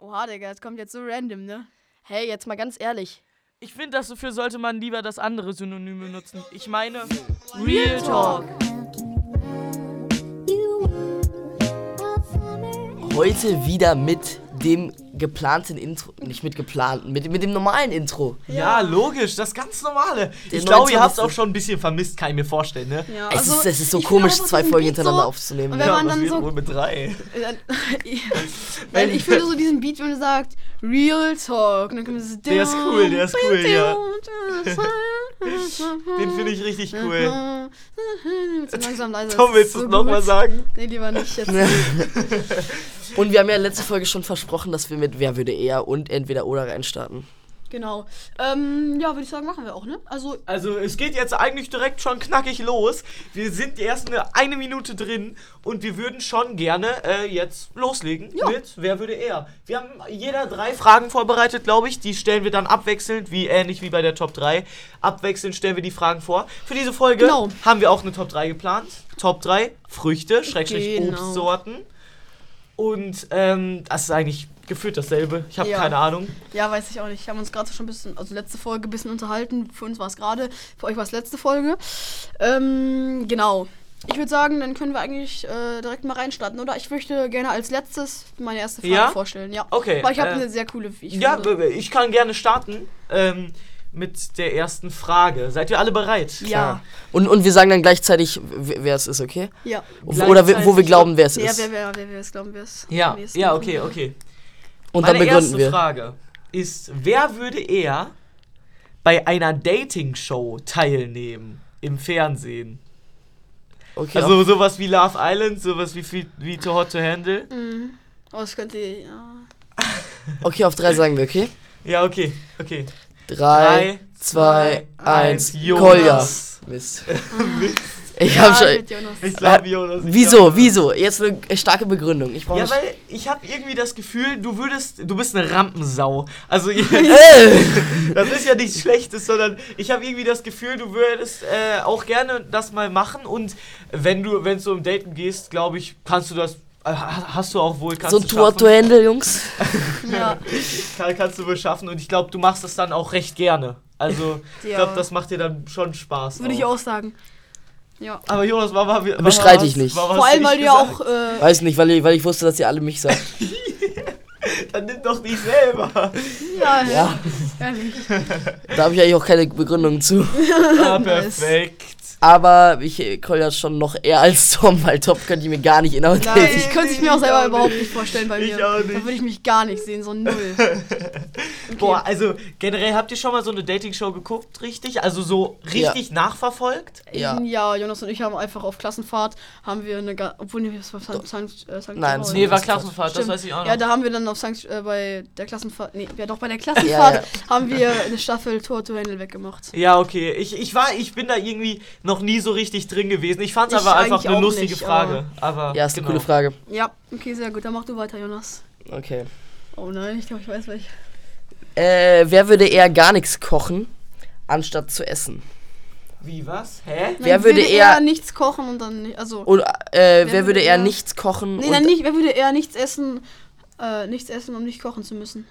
Oha, Digga, das kommt jetzt so random, ne? Hey, jetzt mal ganz ehrlich. Ich finde, dafür sollte man lieber das andere Synonym benutzen. Ich meine, Real Talk. Heute wieder mit dem geplanten Intro, nicht mit geplanten, mit, mit dem normalen Intro. Ja, logisch, das ganz normale. Der ich glaube, ihr habt es 29. auch schon ein bisschen vermisst, kann ich mir vorstellen, ne? Ja, also Es ist- es ist so komisch, zwei Folgen hintereinander aufzunehmen. ne? Und wenn ja, man was dann wird so. wohl mit drei? Dann, weil ich finde so diesen Beat, wenn du sagst Real Talk. Und dann kommt das Der ist cool, der ist cool, ja. Den finde ich richtig Mhm. cool. Jetzt langsam leiser. Tom, willst du so es nochmal gut. sagen? Nee, lieber nicht jetzt. Und wir haben ja letzte Folge schon versprochen, dass wir mit Wer würde eher und entweder oder reinstarten. Genau. Ähm, ja, würde ich sagen, machen wir auch, ne? Also, Also, es geht jetzt eigentlich direkt schon knackig los. Wir sind erst eine, eine Minute drin und wir würden schon gerne äh, jetzt loslegen mit Wer würde eher? Wir haben jeder drei Fragen vorbereitet, glaube ich. Die stellen wir dann abwechselnd, wie ähnlich wie bei der Top 3. Abwechselnd stellen wir die Fragen vor. Für diese Folge Genau. haben wir auch eine Top 3 geplant. Top 3 Früchte, Schrägstrich Genau. Obstsorten. Und ähm, das ist eigentlich gefühlt dasselbe. Ich habe Ja. keine Ahnung. ja, weiß ich auch nicht. Wir haben uns gerade schon ein bisschen, also letzte Folge ein bisschen unterhalten. Für uns war es gerade, für euch war es letzte Folge. Ähm, genau. Ich würde sagen, dann können wir eigentlich äh, direkt mal reinstarten, oder? Ich möchte gerne als letztes meine erste Frage Ja? vorstellen, ja. Okay, Weil ich habe äh, eine sehr coole, wie ich ja, finde. b- b- ich kann gerne starten ähm, mit der ersten Frage. Seid ihr alle bereit? Ja, Und, und wir sagen dann gleichzeitig, w- wer es ist, okay? ja. Oder wer- wo wir Gleichzeitig- glauben, wer es Ja, ist. wer, wer, wer, wer ist, glauben wir es? Ja, Am nächsten ja, dran. okay, okay. Und dann Meine begründen erste wir. Frage ist, wer würde eher bei einer Dating-Show teilnehmen im Fernsehen? Okay, Also sowas wie Love Island, sowas wie, Fe- wie Too Hot to Handle? Oh, das könnte, ja. auf, okay, auf drei sagen wir, okay? Ja, okay, okay. Drei, Drei, zwei, eins. Jonas. Kolja. Mist. Ich hab ja, schon. mit Jonas. Ich glaube, Jonas. ich Äh, Wieso, glaub, Jonas. wieso? Jetzt eine starke Begründung. Ich brauche Ja, weil ich habe irgendwie das Gefühl, du würdest, du bist eine Rampensau. Also Äh! das ist ja nichts Schlechtes, sondern ich habe irgendwie das Gefühl, du würdest äh, auch gerne das mal machen und wenn du, wenn du um Daten gehst, glaube ich, kannst du das, äh, ha- hast du auch wohl, kannst so du ein Tour schaffen. to Handle, Jungs. Ja, Kann, kannst du wohl schaffen und ich glaube, du machst das dann auch recht gerne. Also ich Ja. glaube, das macht dir dann schon Spaß. würde ich auch sagen. Ja. Aber Jonas, war mal Bestreite ich nicht. Oh, Vor allem, weil du ja auch. Äh, Weiß nicht, weil ich, weil ich wusste, dass ihr alle mich sagt. Dann nimm doch dich selber. ja, ja. Ja, Ehrlich. da habe ich eigentlich auch keine Begründung zu. ah, Nice. perfekt. Aber ich äh, Kolja schon noch eher als Tom, weil Tom könnte ich mir gar nicht Nein, inhaltlich. ich könnte es mir auch selber überhaupt nicht vorstellen bei mir. Ich auch nicht. Da würde ich mich gar nicht sehen, so null. Boah, also generell habt ihr schon mal so eine Dating-Show geguckt, richtig? Also so richtig nachverfolgt? Ja. ja, Jonas und ich haben einfach auf Klassenfahrt, haben wir eine, ga- obwohl nee, das war St. St. äh, St. Nein, Georg. Nee, war Klassenfahrt, Stimmt. Ja, da haben wir dann auf St. Äh, bei der Klassenfahrt, nee, ja doch, bei der Klassenfahrt haben wir eine Staffel Tor to Handle weggemacht. Ja, okay. Ich, ich war, ich bin da irgendwie noch nie so richtig drin gewesen. Ich fand's Ich aber einfach eigentlich eine auch lustige nicht, Frage. Aber genau. Ja, ist eine coole Frage. Ja, okay, sehr gut, dann mach du weiter, Jonas. Okay. Oh nein, ich glaube, ich weiß welche. Äh, wer würde eher gar nichts kochen, anstatt zu essen? Wie was? Hä? Nein, Wer würde eher- nichts kochen und dann, nicht- also, Oder äh, wer, würde würde eher eher- nichts kochen? nee, und, nein, nicht, wer würde eher nichts essen, äh, nichts essen, um nicht kochen zu müssen?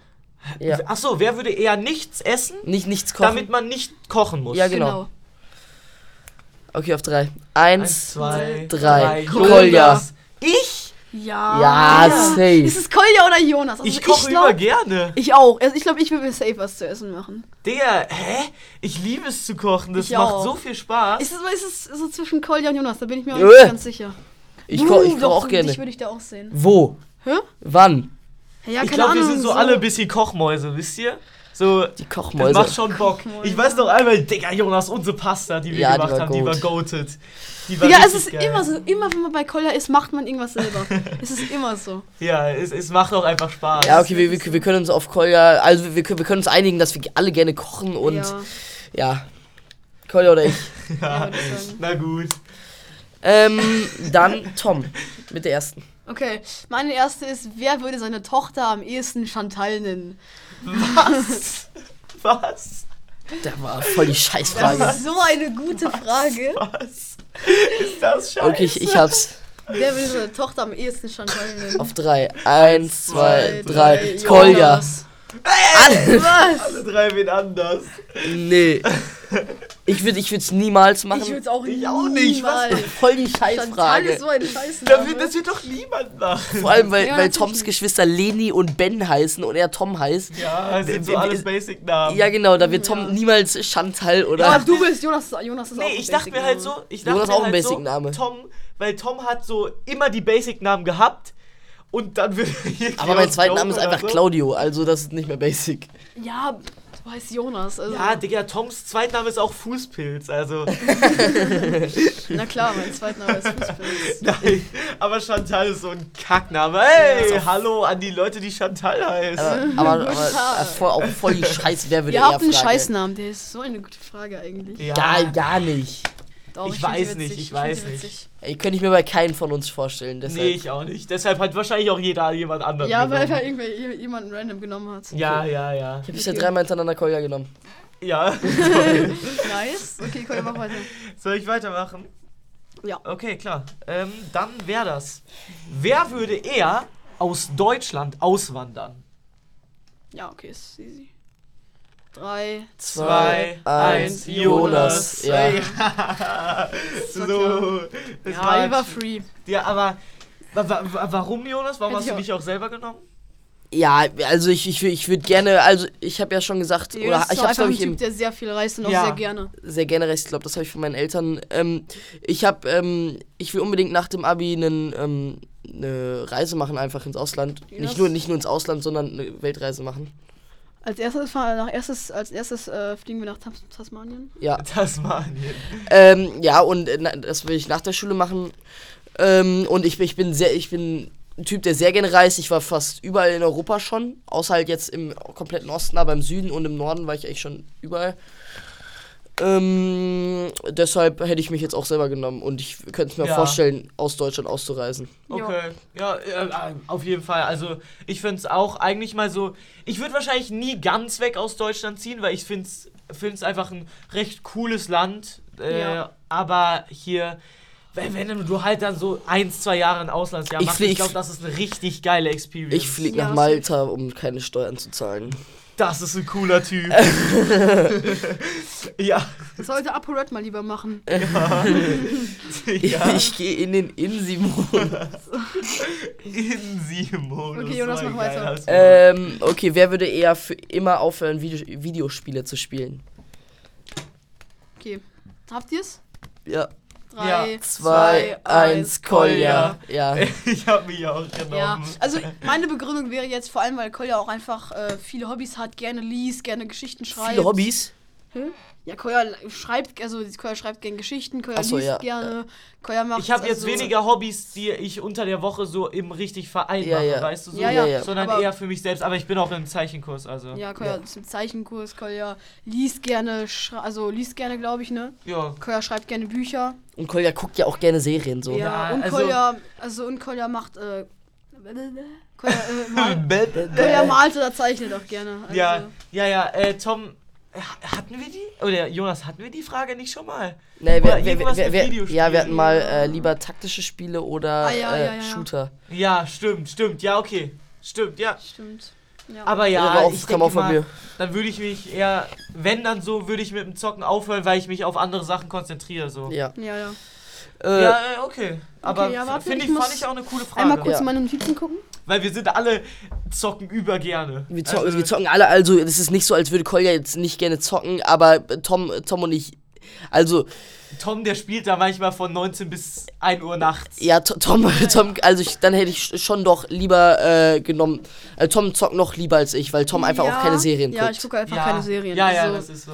Ja, Ach so, wer würde eher nichts essen, nicht nichts kochen. damit man nicht kochen muss? Ja, genau. Okay, auf drei. Eins, zwei, drei. Kolja. Kolja. Ich? Ja. Ja, safe. Ist es Kolja oder Jonas? Also Ich koche glaub- immer gerne. Ich auch. Also ich glaube, ich will mir safe was zu essen machen. Digga, hä? Ich liebe es zu kochen. Das Ich macht auch. so viel Spaß. Ist es, ist es so zwischen Kolja und Jonas? Da bin ich mir auch Äh. nicht ganz sicher. Uh, Ich koche ich koch doch, auch Dich gerne. würde ich da auch sehen. Wo? Hä? Wann? Ja, keine ich glaube, wir Ahnung. sind so, alle ein bisschen Kochmäuse, wisst ihr? So, Die das macht Kochmäuse. schon Bock. Kochmäuse. Ich weiß noch einmal, Digga, Jonas, unsere Pasta, die wir Ja, die gemacht war haben, die war gut. goated. Die war Digga, es ist richtig geil. immer so. Immer wenn man bei Kolja ist, macht man irgendwas selber. es ist immer so. Ja, es, es macht auch einfach Spaß. Ja, okay, wir, wir, wir können uns auf Kolja, also wir, wir können uns einigen, dass wir alle gerne kochen und ja, ja. Kolja oder ich. ja, würde ich sagen. Na gut. Ähm, dann Tom mit der ersten. Okay, meine erste ist, wer würde seine Tochter am ehesten Chantal nennen? Was? Was? Da war voll die Das Scheißfrage. ist so eine gute Frage. Was? Ist das scheiße? Okay, ich, ich hab's. Wer will seine Tochter am ehesten schon heulen? Auf drei. Eins, zwei, zwei, drei. drei. Kolja. Jonas. Alle. Was? Alle drei wen anders. Nee. Ich würde ich würd's niemals Ich machen. würde auch Ich auch nicht, was? niemals. Voll die Chantal Scheißfrage. ist so eine Scheiße. Da wird, das wird doch niemand machen. Vor allem, weil, Ja, weil natürlich Toms nicht. Geschwister Leni und Ben heißen und er Tom heißt. Ja, das sind so Wir- alles wir- Basic-Namen. Ja, genau, da wird Tom niemals Chantal Aber oder. du bist Jonas. Jonas ist auch Nee, ein ich dachte mir halt so, ich dachte Jonas mir auch ein halt Basic-Name. so, Tom, weil Tom hat so immer die Basic-Namen gehabt und dann wird Aber mein zweiter Name ist einfach Claudio, also das ist nicht mehr basic. Basic-Name. Ja, du heißt Jonas. Also, Ja, Digga, Toms Zweitname ist auch Fußpilz, also. na klar, mein zweiter Name ist Fußpilz. Nein, aber Chantal ist so ein Kackname. Hey, hallo an die Leute, die Chantal heißt. Aber, aber, Chantal. aber voll, auch voll die Scheiß, wer würde Ihr eher habt einen fragen? Scheißnamen, der ist so eine gute Frage eigentlich. ja. Gar, gar nicht. Doch, Ich find die weiß nicht, ich find die weiß nicht. witzig. Ich könnte ich mir bei keinem von uns vorstellen. Deshalb. Nee, ich auch nicht. Deshalb hat wahrscheinlich auch jeder jemand anderen. Ja, weil genommen. er irgendwie jemanden random genommen hat. genau. Ja, ja, ja. Ich habe bisher dreimal hintereinander Kolja genommen. Ja. Nice. Okay, komm, mach weiter. Soll ich weitermachen? Ja. Okay, klar. Ähm, dann wäre das. Wer würde eher aus Deutschland auswandern? Ja, okay, ist easy. Drei. Zwei, eins, Jonas. Ja. So, das Ja, war ich war free. ja, aber wa wa wa- warum, Jonas? Warum Hätte hast ich du auch- dich auch selber genommen? ja, also ich, ich, wür- ich würde gerne, also ich habe ja schon gesagt, Jonas oder ist ich doch habe einfach glaube ein ich Typ, eben der sehr viel reist und auch Ja. sehr gerne. sehr gerne recht, ich glaube, das habe ich von meinen Eltern. Ähm, ich habe, ähm, ich will unbedingt nach dem Abi einen, ähm, eine Reise machen, einfach ins Ausland. Jonas? Nicht nur, nicht nur ins Ausland, sondern eine Weltreise machen. Als erstes, fahr- nach erstes, als erstes äh, fliegen wir nach Tas Tasmanien. Ja, Tasmanien. ähm, ja und äh, na, das will ich nach der Schule machen. Ähm, und ich, bin- ich bin sehr, ich bin ein Typ, der sehr gerne reist. Ich war fast überall in Europa schon, außer halt jetzt im kompletten Osten, aber im Süden und im Norden war ich eigentlich schon überall. Ähm, deshalb hätte ich mich jetzt auch selber genommen und ich könnte es mir Ja. vorstellen, aus Deutschland auszureisen. Okay, ja, äh, äh, auf jeden Fall. Also, ich finde es auch eigentlich mal so. Ich würde wahrscheinlich nie ganz weg aus Deutschland ziehen, weil ich finde es einfach ein recht cooles Land. Äh, Ja. Aber hier, wenn, wenn du halt dann so ein, zwei Jahre ein Auslandsjahr Ich machst, flieg- ich glaube, das ist eine richtig geile Experience. Ich fliege Ja, nach safe. Malta, um keine Steuern zu zahlen. Das ist ein cooler Typ. ja. Das sollte ApoRed mal lieber machen. Äh. ja. Ich gehe in den Insimon. In Simon. Okay, Jonas, mach weiter. ähm, okay, wer würde eher für immer aufhören, Vide Videospiele zu spielen? Okay. Habt ihr's? Ja. Drei. Ja. Zwei, eins, Kolja. Ja. ich habe mich auch genommen. Ja, also meine Begründung wäre jetzt vor allem, weil Kolja auch einfach äh, viele Hobbys hat, gerne liest, gerne Geschichten schreibt. Viele Hobbys. Ja, Kolja schreibt, also Kolja schreibt gerne Geschichten, Kolja Ach so, liest ja. gerne, Kolja macht. Ich habe jetzt also, weniger Hobbys, die ich unter der Woche so im richtig Verein Ja, mache, ja. weißt du so, Ja, ja, Ja, ja. sondern aber- eher für mich selbst. Aber ich bin auch im Zeichenkurs, also. Ja. Ja, Kolja ist im Zeichenkurs, Kolja liest gerne, schra- also liest gerne, glaube ich, ne? Kolja schreibt gerne Bücher. Und Kolja guckt ja auch gerne Serien so. Ja, Ja, und also- Kolja, also und Kolja macht, äh, Kolja, äh, mal, Kolja malt oder zeichnet auch gerne. Also, Ja, ja, ja, äh, Tom, ha- hatten wir die? Oder Jonas, hatten wir die Frage nicht schon mal? Nee, Oder Ne, wir, wir, irgendwas wir, mit wir, Videospielen. ja, wir hatten mal äh, lieber taktische Spiele oder Ah, ja, äh, ja, ja. Shooter. Ja, stimmt, stimmt, ja, okay. Stimmt, ja. Stimmt. Ja. Aber ja, war auch- ich kam denke auch von mal, mir. dann würde ich mich eher, wenn dann so, würde ich mit dem Zocken aufhören, weil ich mich auf andere Sachen konzentriere, so. Ja. ja, ja. Äh, Ja, äh, okay. Aber ja, warte, ich finde ich, muss fand ich auch eine coole Frage. Einmal kurz Ja. meine Notizen gucken. Weil wir sind alle zocken über gerne. Wir, zocken, Also- wir zocken alle, also es ist nicht so, als würde Kolja jetzt nicht gerne zocken, aber äh, Tom, Tom und ich, also Tom, der spielt da manchmal von 19 bis 1 Uhr nachts. Ja, To- Tom, Tom, also ich, dann hätte ich sch- schon doch lieber äh, genommen. Äh, Tom zockt noch lieber als ich, weil Tom einfach ja. auch keine Serien Ja, ich guckt. gucke einfach keine Serien. Ja, ja, das also, ist so.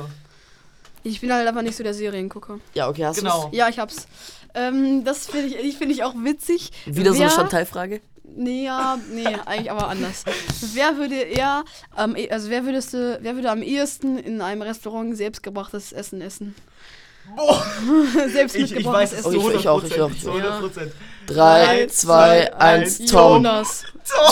ich bin halt einfach nicht so der Seriengucker. Ja, okay, hast Genau. Ja, ich hab's. Ähm, das finde ich, ich, find ich auch witzig. du's? Wieder so eine Wer- Chantal-Frage? Nee, ja, nee, eigentlich aber anders. Wer würde eher, am eh- also wer würdest du, wer würde am ehesten in einem Restaurant selbstgebrachtes Essen essen? Boah, Selbst ich, ich mitgebrachtes weiß es Oh, Essen. zu ich- ich auch, 100%. ich auch. zu 100%. Drei, Drei, zwei, zwei, eins, eins, Tom. Jonas.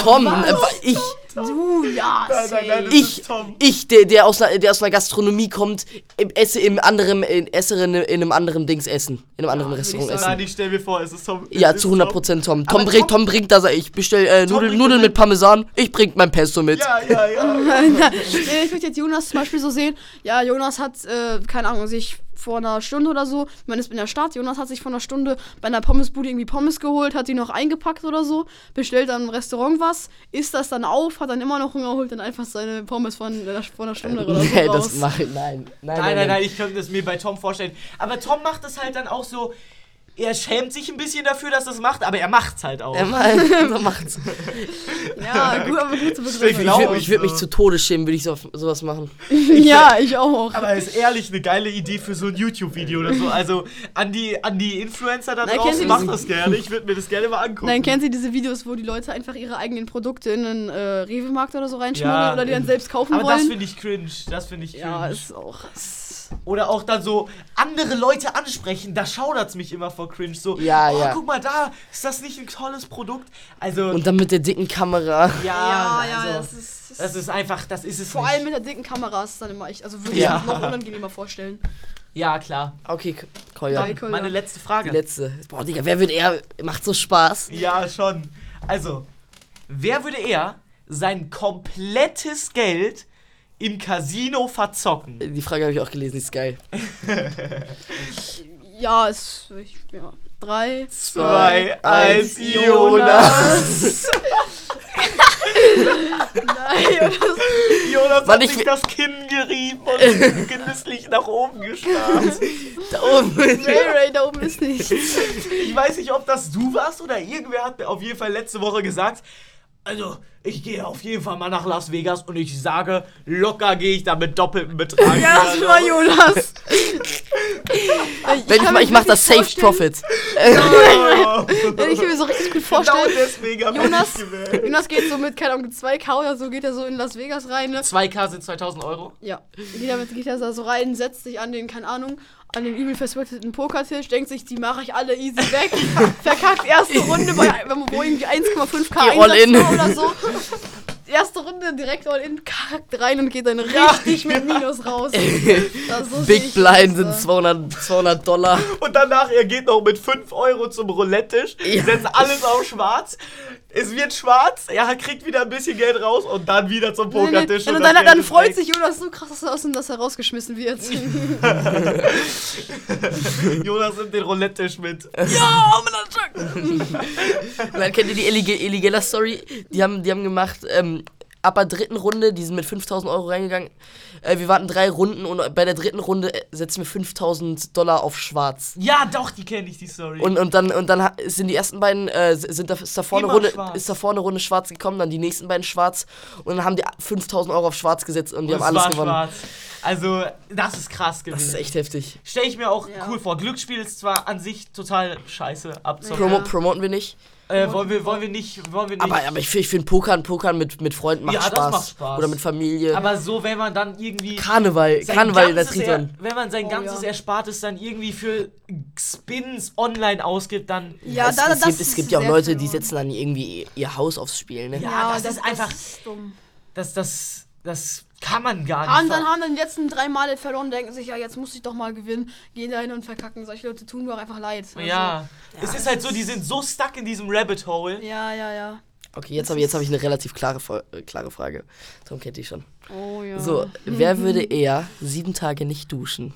Tom, äh, ich, Du, ja, safe. Ich, ich der, der, aus einer, der aus einer Gastronomie kommt, im- esse im anderen, in, esse in, in einem anderen Dings essen. In einem anderen Restaurant essen. Nein, ich stell mir vor, es ist Tom. es Ja, ist zu Tom. 100% Tom. Aber Tom, bringt, Tom Tom- bringt das. Ich bestell äh, Nudeln, bringt Nudeln das mit Parmesan. Ich bring mein Pesto mit. Ja, ja, ja. Nee, ich würde jetzt Jonas zum Beispiel so sehen. Ja, Jonas hat, äh, keine Ahnung, sich vor einer Stunde oder so, man ist in der Stadt, Jonas hat sich vor einer Stunde bei einer Pommesbude irgendwie Pommes geholt, hat die noch eingepackt oder so, bestellt dann im Restaurant was, isst das dann auf, hat dann immer noch Hunger, holt dann einfach seine Pommes von, der- von einer Stunde oder so Äh, Nee, das raus. mach ich. Nein. Nein, Nein, nein, nein, ich könnte es mir bei Tom vorstellen. Aber Tom macht es halt dann auch so. Er schämt sich ein bisschen dafür, dass er es macht, aber er macht's halt auch. Er macht- so macht's. ja, gut, aber gut zu Stell begreifen. dir Ich Genau, würde mich, würd mich so. zu Tode schämen, würde ich so, sowas machen. Ja, ich auch. Aber ist ehrlich eine geile Idee für so ein YouTube-Video oder so. Also an die, an die Influencer da Nein, kennt draußen, ihr macht diesen- das gerne. Ich würde mir das gerne mal angucken. Nein, kennen Sie diese Videos, wo die Leute einfach ihre eigenen Produkte in einen äh, Rewe-Markt oder so reinschmuggeln Ja. oder die dann selbst kaufen aber das wollen? finde ich cringe. Das finde ich cringe. Ja, ist auch. Ist Oder auch dann so andere Leute ansprechen. Da schaudert's mich immer vor cringe. So, Ja, oh, ja. guck mal da, ist das nicht ein tolles Produkt? Also, Und dann mit der dicken Kamera. ja, ja, ja, also, das ist. Das das ist einfach, das ist es Vor nicht. allem mit der dicken Kamera ist es dann immer echt, also würde Ja. ich mir noch unangenehmer vorstellen. Ja, klar. Okay, Kolja. Danke. Cool, Meine ja. letzte Die Frage. letzte. Boah, Digga, wer wird er? Macht so Spaß. Ja, schon. Also, wer würde eher sein komplettes Geld im Casino verzocken? Die Frage habe ich auch gelesen, die ist geil. Ja, es, ich, ja, drei. Zwei, eins, eins, Jonas. Nein, Jonas Mann, hat ich sich will- das Kinn gerieben und genüsslich nach oben gestarrt. Da oben. Ray Ray da oben ist nicht. Ich weiß nicht, ob das du warst oder irgendwer hat mir auf jeden Fall letzte Woche gesagt, also ich gehe auf jeden Fall mal nach Las Vegas und ich sage, locker gehe ich da mit doppeltem Betrag. Ja, das Also, war Jonas. ich, Wenn ich kann mal, mir ich mach das Safe richtig vorstellen- Profit. oh, Ja, ich kann mir so richtig gut Genau vorstellen. deswegen habe Jonas- ich gewählt. Jonas geht so mit, keine Ahnung, 2K oder so, geht er so in Las Vegas rein, ne? 2K sind 2000 Euro. Ja, geht er, mit, geht er da so rein, setzt sich an den, keine Ahnung, an den übel verspötteten Pokertisch, denkt sich, die mache ich alle easy weg, verkackt erste Runde, bei, wenn man wo irgendwie 1,5k Geh all Einsatz in. war oder so. Erste Runde direkt all in, kackt rein und geht dann richtig mit Minus raus. Das ist so sehe genau. Big ich Blind sind das, äh. 200, 200 Dollar. Und danach, er geht noch mit 5 Euro zum Roulette-Tisch, Ja. setzt alles auf schwarz. Es wird schwarz, er kriegt wieder ein bisschen Geld raus und dann wieder zum äh. Nee, nee. Pokertisch. Und das dann, Geld dann ist freut weg. sich Jonas so krass, dass er aus dem dass er rausgeschmissen wird. Jonas nimmt den Roulette-Tisch mit. Man kennt ihr die Illige- illegale Story? Die haben, die haben gemacht, ähm, ab der dritten Runde, die sind mit 5000 Euro reingegangen. Äh, wir warten drei Runden und bei der dritten Runde äh, setzen wir 5000 Dollar auf schwarz. Ja, doch, die kenne ich, die Story. Und, und dann, und dann ha- sind die ersten beiden, äh, sind da, ist, da vorne Immer Runde, schwarz. ist da vorne Runde schwarz gekommen, dann die nächsten beiden schwarz und dann haben die 5000 Euro auf schwarz gesetzt und die Und haben es alles war gewonnen. Schwarz. Also, das ist krass Das ist gewesen. echt heftig. Stelle ich mir auch Ja. cool vor. Glücksspiel ist zwar an sich total scheiße abzocken. Promo, Ja. Promoten wir nicht. Äh, wollen, wir, wollen wir nicht. Wollen wir nicht. Aber, aber ich, find- ich finde Pokern, Pokern mit, mit Freunden macht, Ja, das Spaß. macht Spaß. Oder mit Familie. Aber so, wenn man dann irgendwie. Karneval, sein Karneval, das ganzes riecht er, man. Wenn man sein Oh, ganzes ja. Erspartes dann irgendwie für Spins online ausgibt, dann. Ja, es, da- es, das gibt, ist es gibt ja auch sehr Leute, die verloren. setzen dann irgendwie ihr Haus aufs Spiel, ne? Ja, das ist einfach- ist dumm. Das, das, das kann man gar nicht. Ah, Und dann ver- haben dann die letzten drei Male verloren, denken sich, ja, jetzt muss ich doch mal gewinnen, gehen da hin und verkacken. Solche Leute tun mir auch einfach leid. Also, ja. Es ist halt so, die sind so stuck in diesem Rabbit Hole. Also, Ja, ja, ja. Okay, jetzt habe jetzt hab ich eine relativ klare, Fol- äh, klare Frage. Tom kennt die schon. Oh ja. So, wer würde eher sieben Tage nicht duschen?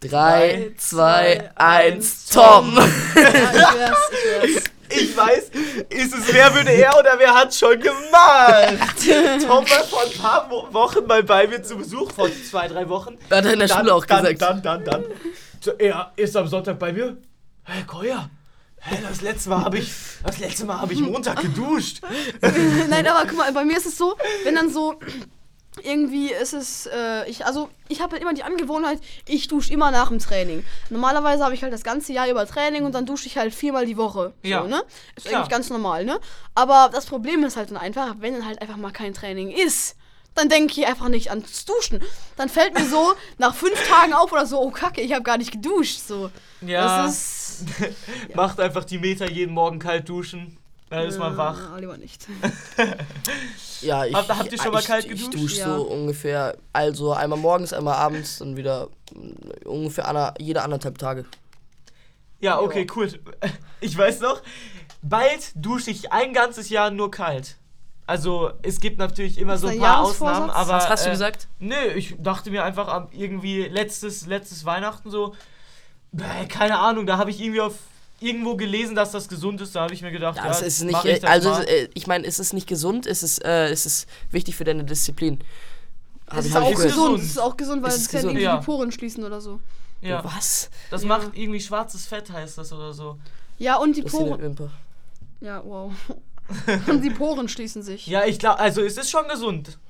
Drei, Drei, zwei, zwei, eins, eins, Tom! Ja, ich wär's, ich wär's. Ich weiß, ist es wer würde er oder wer hat schon gemacht? Tom war vor ein paar Wo- Wochen mal bei mir zu Besuch, vor zwei, drei Wochen. Hat er in der dann, Schule auch dann, gesagt. Dann, dann, dann. So, er ist am Sonntag bei mir. Hey, Koya. Hey, das letzte Mal habe ich, das letzte Mal habe ich Montag geduscht. Nein, aber guck mal, bei mir ist es so, wenn dann so irgendwie ist es, äh, ich, also ich habe halt immer die Angewohnheit, ich dusche immer nach dem Training. Normalerweise habe ich halt das ganze Jahr über Training und dann dusche ich halt viermal die Woche. So, Ja. ne? Ist Klar. eigentlich ganz normal, ne? Aber das Problem ist halt dann einfach, wenn dann halt einfach mal kein Training ist. Dann denke ich einfach nicht ans Duschen. Dann fällt mir so nach fünf Tagen auf oder so, oh Kacke, ich habe gar nicht geduscht. So. Ja. Das ist. Macht einfach die Meter jeden Morgen kalt duschen. Dann ist man wach. Ja, äh, lieber nicht. Ja, ich, Habt- habt ihr schon mal ich, kalt Ich geduscht? dusche Ja. so ungefähr, also einmal morgens, einmal abends, dann wieder mm, ungefähr ander, jede anderthalb Tage. Ja, okay, cool. Ich weiß noch, bald dusche ich ein ganzes Jahr nur kalt. Also, es gibt natürlich immer Ist so ein ein paar Jahresvorsatz? Ausnahmen, aber. Was hast du äh, gesagt? Nö, ich dachte mir einfach am- irgendwie letztes, letztes Weihnachten so, bäh, keine Ahnung, da habe ich irgendwie auf irgendwo gelesen, dass das gesund ist, da habe ich mir gedacht, ja, Ja, es ist mach nicht, ich äh, das also mal. äh, ich meine, es ist nicht gesund, es ist, äh, es ist wichtig für deine Disziplin. Hab Es ich ist mal auch gehört. gesund. Es ist auch gesund, weil Es ist es kann gesund, irgendwie ja. die Poren schließen oder so. ja, Was? das Ja. macht irgendwie schwarzes Fett heißt das oder so. Ja, und die Das ist eine Poren. Wimper. Ja, wow. Und die Poren schließen sich. Ja, ich glaube, also es ist schon gesund.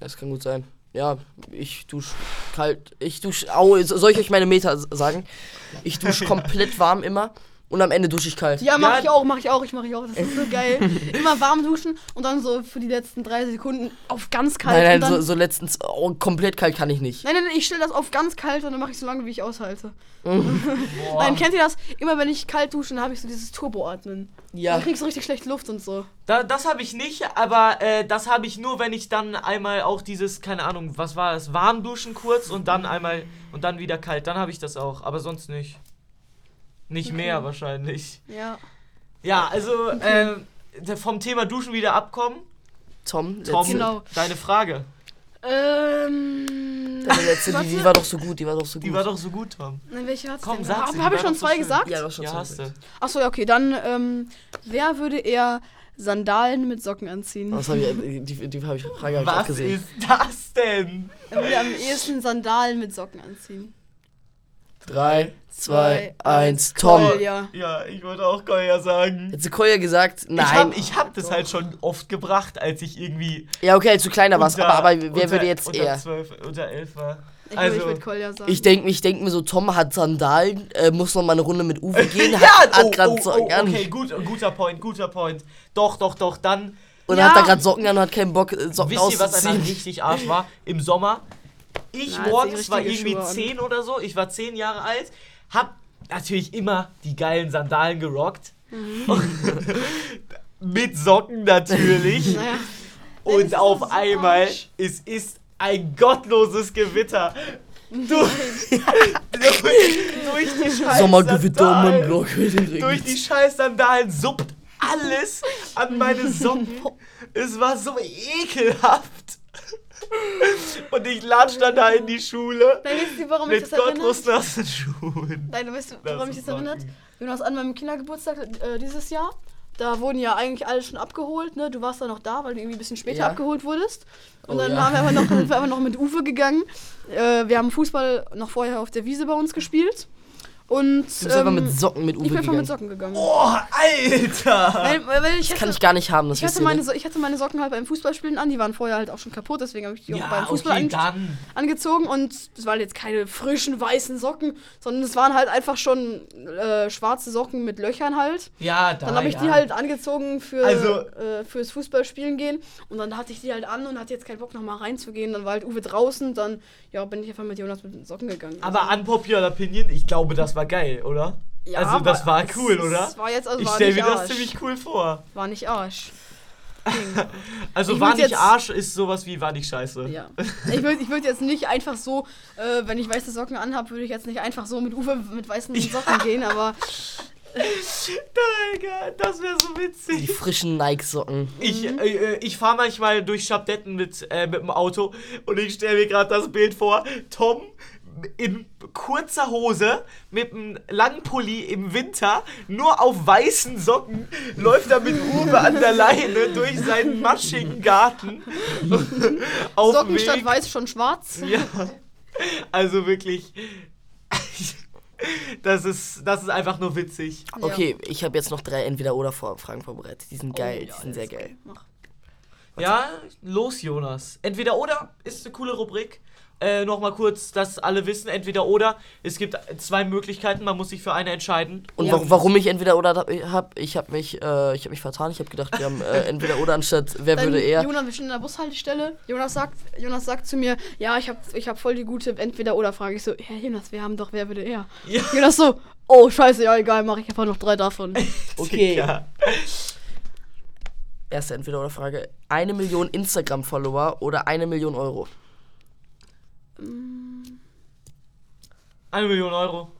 Das kann gut sein. Ja, ich dusche kalt. Ich dusche. Au, so- soll ich euch meine Meter s- sagen? Ich dusche komplett warm immer und am Ende dusche ich kalt. Ja, mach Ja. ich auch, mach ich auch, ich mach ich auch. Das ist so geil. Immer warm duschen und dann so für die letzten drei Sekunden auf ganz kalt. nein, halt, und nein, dann, so, so letztens. Oh, komplett kalt kann ich nicht. nein, nein, nein, ich stelle das auf ganz kalt und dann mache ich so lange, wie ich aushalte. Boah. Nein, kennt ihr das? Immer wenn ich kalt dusche, dann habe ich so dieses Turboatmen. Ja. Dann kriegst du richtig schlecht Luft und so. Da, das habe ich nicht, aber äh, das habe ich nur, wenn ich dann einmal auch dieses, keine Ahnung, was war es, warm duschen kurz und dann einmal und dann wieder kalt. Dann habe ich das auch, aber sonst nicht. Nicht mehr wahrscheinlich. Ja. Ja, also ähm, d- vom Thema Duschen wieder abkommen. Tom, letzte, Tom, Genau. deine Frage. Ähm. deine letzte, die, die Warte. war doch so gut, die war doch so gut. Die war doch so gut, Tom. Nein, welche hat's Komm, denn? sag Hab, sie, hab die ich war schon doch so zwei schön. gesagt? ja, du hast schon ja, zwei hast du. gesagt. Achso, ja, okay. Dann, ähm, wer würde eher Sandalen mit Socken anziehen? Was hab ich, äh, die, die habe ich Frage hab ich auch Was gesehen. ist das denn? Wer würde am ehesten Sandalen mit Socken anziehen? 3, 2, 1, Tom. Toll, ja. Ja, ich wollte auch Koya sagen. Hättest du Kolja gesagt? Ich Nein. habe ich hab das halt schon oft gebracht, als ich irgendwie ja, okay, als du kleiner warst, unter- aber, aber wer unter- würde jetzt unter eher? 12, unter 11 war. Ich also, würde Also, ich mit Kolja sagen. Ich denke ich denk mir so, Tom hat Sandalen, äh, muss noch mal eine Runde mit Uwe gehen, halt hat, ja, hat oh, gerade oh, Socken oh, an. okay, gut, guter Point, guter Point. Doch, doch, doch, dann Und Ja. hat da gerade Socken an und hat keinen Bock, äh, Socken wisst ihr, was einfach auszuziehen. richtig Arsch war im Sommer. Ich Na, hat sie morgens war richtige irgendwie Schuhe an. 10 oder so, ich war 10 Jahre alt, hab natürlich immer die geilen Sandalen gerockt. Mhm. Mit Socken natürlich. naja. ist Und das auf so einmal, Arsch. es ist ein gottloses Gewitter. Du, durch, durch die Scheiße. Sommergewitter, mein Block. durch die scheiß Sandalen suppt alles an meine Socken. Es war so ekelhaft. Und ich latsch dann da in die Schule Nein, wisst ihr, warum mich mit das erinnert? gottlosen Schuhen. Nein, weißt du, Das woran mich ist das erinnert? Wahnsinn. Jonas, an meinem Kindergeburtstag äh, dieses Jahr, da wurden ja eigentlich alle schon abgeholt, ne? Du warst da noch da, weil du irgendwie ein bisschen später Ja. abgeholt wurdest. Und Oh dann ja. haben wir aber noch, sind wir einfach noch mit Uwe gegangen. Äh, wir haben Fußball noch vorher auf der Wiese bei uns gespielt. Und Du bist einfach ähm, mit Socken mit Uwe ich bin einfach gegangen. mit Socken gegangen. Oh, Alter! Weil, weil ich Das kann hätte, ich gar nicht haben, das ich, wisst hatte ihr. meine, ne? So- ich hatte meine Socken halt beim Fußballspielen an, die waren vorher halt auch schon kaputt, deswegen habe ich die auch beim Ja, Fußball okay, ange- dann. angezogen und es waren jetzt keine frischen weißen Socken, sondern es waren halt einfach schon äh, schwarze Socken mit Löchern halt. Ja, dann. Dann habe ich ja. die halt angezogen für, Also- äh, fürs Fußballspielen gehen und dann hatte ich die halt an und hatte jetzt keinen Bock nochmal reinzugehen. Dann war halt Uwe draußen, dann ja, bin ich einfach mit Jonas mit den Socken gegangen. Aber unpopular opinion, ich glaube, das war geil, oder? ja, also, das war es- cool, oder? Es war jetzt also ich war stelle nicht mir Arsch. das ziemlich cool vor. war nicht Arsch. Also, Ich war würd nicht jetzt- Arsch ist sowas wie war nicht scheiße. Ja. Ich würde ich würd jetzt nicht einfach so, äh, wenn ich weiße Socken anhab, würde ich jetzt nicht einfach so mit Uwe mit weißen Socken gehen, aber Digga, das wäre so witzig. Die frischen Nike-Socken. Ich, Mhm. äh, ich fahre manchmal durch Schabdetten mit, äh, mit dem Auto und ich stelle mir gerade das Bild vor. Tom in kurzer Hose mit einem langen Pulli im Winter, nur auf weißen Socken, läuft er mit Uwe an der Leine durch seinen maschigen Garten. auf dem Socken Weg. statt weiß schon schwarz. Ja. Also wirklich. Das ist, das ist einfach nur witzig. Okay, ich habe jetzt noch drei Entweder-Oder-Fragen vorbereitet. Die Oh sind geil, Oh, ja, die sind sehr geil. Mach. Ja, los, Jonas. Entweder oder ist eine coole Rubrik. Äh, Nochmal kurz, dass alle wissen, entweder oder. Es gibt zwei Möglichkeiten, man muss sich für eine entscheiden. Und Ja. wa- warum ich Entweder-Oder hab- hab, ich habe mich, äh, ich habe mich vertan. Ich habe gedacht, wir haben äh, Entweder-Oder anstatt Wer Dann würde eher. Jonas, wir stehen an der Bushaltestelle. Jonas sagt, Jonas sagt zu mir, ja, ich habe ich hab voll die gute Entweder-Oder-Frage. Ich so, Herr Jonas, wir haben doch wer würde eher. Ja. Jonas so, oh scheiße, ja egal, mache ich einfach noch drei davon. Okay. Ja. erste Entweder-Oder-Frage, eine Million Instagram-Follower oder eine Million Euro? Eine Million Euro.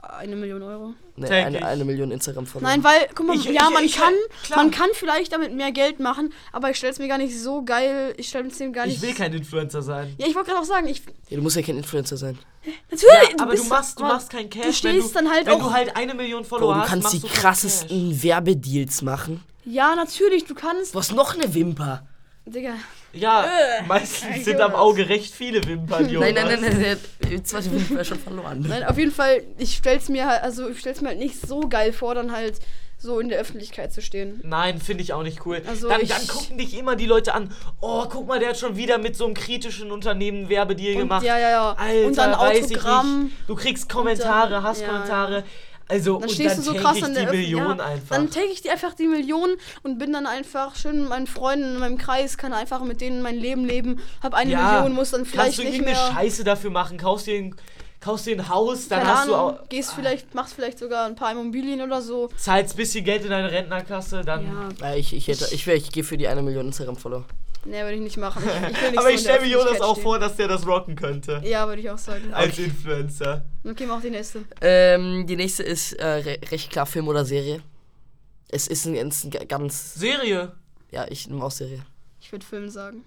Eine Million Euro. Nee, Täglich. eine, eine Million Instagram-Follower. Nein, weil, guck mal, Ich- ja, ich- man, ich- kann, klar. man kann vielleicht damit mehr Geld machen, aber ich stell's mir gar nicht so geil. Ich stell's mir gar nicht. Ich will kein Influencer sein. ja, ich wollte gerade auch sagen, ich. Ja, du musst ja kein Influencer sein. Natürlich! aber du bist- machst, du Mann, machst kein Cash. Du stehst wenn dann halt wenn auch. du halt eine Million Follower Bro, du hast, kannst machst die du kein Cash. krassesten Werbedeals machen. ja, natürlich, du kannst. Du hast noch eine Wimper. Digga. Ja, Äh, meistens Jonas. sind am Auge recht viele Wimpern, Jonas. Nein, nein, nein, nein, nein. Die zweite Wimper ist schon verloren. Nein, auf jeden Fall, ich stell's mir halt, also ich stell's mir halt nicht so geil vor, dann halt so in der Öffentlichkeit zu stehen. Nein, finde ich auch nicht cool. Also dann, ich- dann gucken dich immer die Leute an. Oh, guck mal, der hat schon wieder mit so einem kritischen Unternehmen Werbedeal Und, gemacht. ja, ja, ja. Alter, und dann weiß Autogramm. Ich nicht. Du kriegst Kommentare, dann- Hasskommentare. Also, Dann und stehst dann du so take krass ich an der die Million ja, einfach. Dann take ich die einfach die Millionen und bin dann einfach schön mit meinen Freunden in meinem Kreis, kann einfach mit denen mein Leben leben. Hab eine Million, muss dann vielleicht kannst du nicht irgendeine mehr. Scheiße dafür machen. Kaufst dir ein, kaufst dir ein Haus, dann keine hast du Ahnung, auch, gehst vielleicht, machst vielleicht sogar ein paar Immobilien oder so. zahlst ein bisschen Geld in deine Rentnerkasse, dann. Ja, Äh, Ich, ich, hätte, ich, wär- ich gehe für die eine Million Instagram-Follower. nee, würde ich nicht machen. Ich, ich will nicht so Aber in ich der stelle mir Jonas Öffentlichkeit auch vor, Also- dass der das rocken könnte. stehen. Ja, würde ich auch sagen. Als Influencer. Okay, mach die nächste. Ähm, die nächste ist äh, re recht klar Film oder Serie. Es ist ein, ganz- ein ganz. Serie. Ja, ich nehme auch Serie. Ich würde Film sagen.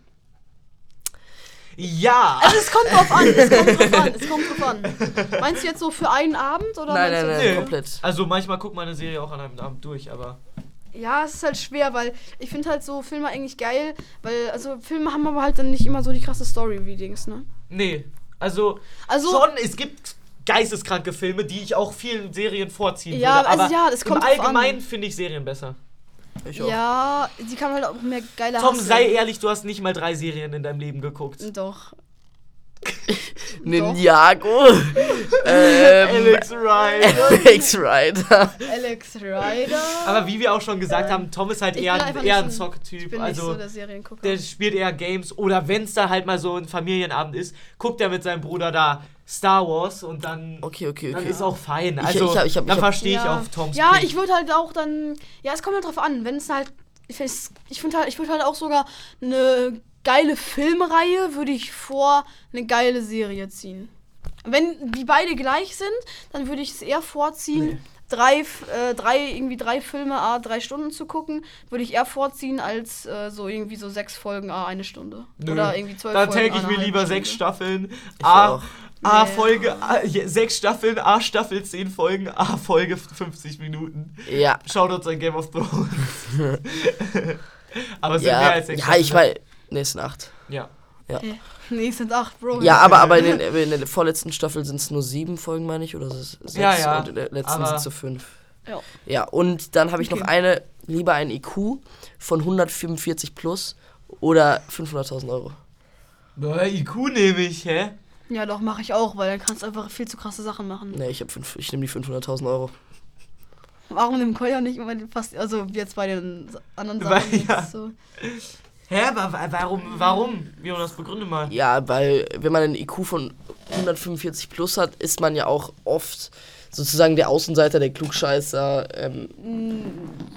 Ja. Also Es kommt drauf an, es kommt drauf an, es kommt drauf an. Meinst du jetzt so für einen Abend oder Nein, meinst nein, du nein, Nö. komplett. Also manchmal guckt man eine Serie auch an einem Abend durch, aber. Ja, es ist halt schwer, weil ich finde halt so Filme eigentlich geil, weil also Filme haben aber halt dann nicht immer so die krasse Story wie Dings, ne? Nee. Also, Also- schon, es gibt geisteskranke Filme, die ich auch vielen Serien vorziehen Ja, würde. also aber ja, das kommt Im drauf an. Allgemeinen finde ich Serien besser. Ich auch. Ja, die kann man halt auch mehr geiler Tom, hasseln. sei ehrlich, du hast nicht mal drei Serien in deinem Leben geguckt. Doch. Ninjago. ähm, Alex Ryan. Alex Rider. Alex Ryder. Aber wie wir auch schon gesagt haben, Tom ist halt Ich eher, bin einfach nicht ein- eher so ein ein- Ich Zock-Typ. bin nicht Also, so der Seriengucker. der spielt eher Games. Oder wenn es da halt mal so ein Familienabend ist, guckt er mit seinem Bruder da Star Wars und dann, Okay, okay, dann okay. ist auch fein. Also, ich hab- ich hab- dann ich hab- verstehe ich ja. auch Toms Ja, Pick. ich würde halt auch dann. Ja, es kommt halt drauf an, wenn es halt. Ich, weiß- ich finde halt, ich würde halt auch sogar eine geile Filmreihe würde ich vor eine geile Serie ziehen. Wenn die beide gleich sind, dann würde ich es eher vorziehen, Nee. drei, F- äh, drei, irgendwie drei Filme A, drei Stunden zu gucken, würde ich eher vorziehen, als äh, so irgendwie so sechs Folgen A, eine Stunde. Nö. Oder irgendwie zwölf Dann Folgen. take ich A, mir eine lieber halbe sechs Stunde. Staffeln. A, auch. A Nee. Folge, A, je- sechs Staffeln, A Staffel 10 Folgen, A Folge 50 Minuten. Ja. Shoutouts an Game of Thrones. aber es sind mehr Ja, als sechs ja ich Staffeln. meine. Nee, es sind acht. Ja. Hä? Nee, es sind acht, Bro. Ja, aber, aber in, den, in der vorletzten Staffel sind es nur sieben Folgen, meine ich, oder es ist sechs Ja, ja, und in der letzten aber- sind es so fünf. Ja. Ja, und dann habe ich noch Okay. eine, lieber ein IQ von 145 plus oder 500.000 Euro. Boah, IQ nehme ich, hä? Ja, doch, mache ich auch, weil dann kannst du einfach viel zu krasse Sachen machen. Nee, ich, hab fünf, ich nehme die 500.000 Euro. Warum nimmt Kolja nicht immer den fast, also jetzt bei den s- anderen Weil- Sachen jetzt ja. so. Hä, aber wa- warum, warum? Jonas, begründe mal. Ja, weil wenn man einen IQ von 145 plus hat, ist man ja auch oft sozusagen der Außenseiter, der Klugscheißer. Ähm,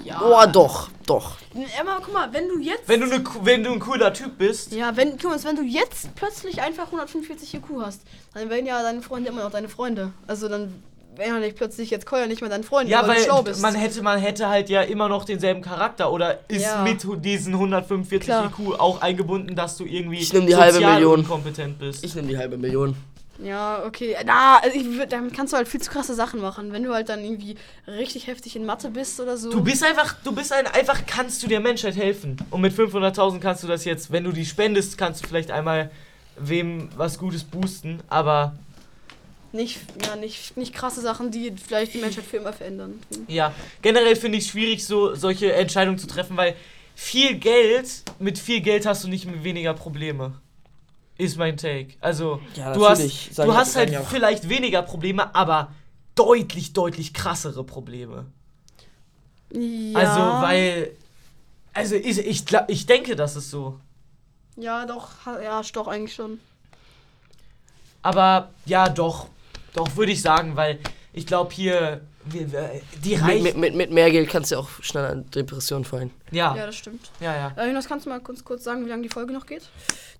Ja. oh, doch, doch. Emma, guck mal, wenn du jetzt. Wenn du, ne, coo- wenn du ein cooler Typ bist, ja, wenn, guck mal, wenn du jetzt plötzlich einfach 145 IQ hast, dann wären ja deine Freunde immer noch deine Freunde. Also dann wären ja nicht plötzlich jetzt Kolja nicht mehr dein Freund, ja, du halt schlau weil bist. man hätte, man hätte halt ja immer noch denselben Charakter oder ist Ja. mit hu- diesen 145 Klar. IQ auch eingebunden, dass du irgendwie Ich nehm die halbe sozial Million. unkompetent bist. Ich nehme die halbe Million. ja, okay. Na, also ich, würd- dann kannst du halt viel zu krasse Sachen machen. Wenn du halt dann irgendwie richtig heftig in Mathe bist oder so. du bist einfach, du bist ein, einfach kannst du der Menschheit helfen. Und mit 500.000 kannst du das jetzt, wenn du die spendest, kannst du vielleicht einmal wem was Gutes boosten, aber nicht, ja, nicht, nicht krasse Sachen, die vielleicht die Menschheit für immer verändern. Ja, generell finde ich es schwierig, so solche Entscheidungen zu treffen, weil viel Geld, mit viel Geld hast du nicht weniger Probleme. Ist mein Take. Also, Ja, du hast, natürlich. Sag du ich- hast sag halt ich auch. vielleicht weniger Probleme, aber deutlich, deutlich krassere Probleme. Ja. Also, weil. Also, ich, ich, gla- ich denke, das ist so. Ja, doch, ha- ja, hast doch eigentlich schon. Aber ja, doch. Doch, würde ich sagen, weil ich glaube, hier Wir, wir, die Mit, reichen. mit, mit, mit mehr Geld kannst du auch schnell an Depressionen fallen. ja, Ja, ja, das stimmt. ja. Äh, Jonas, kannst du mal kurz, kurz sagen, wie lange die Folge noch geht?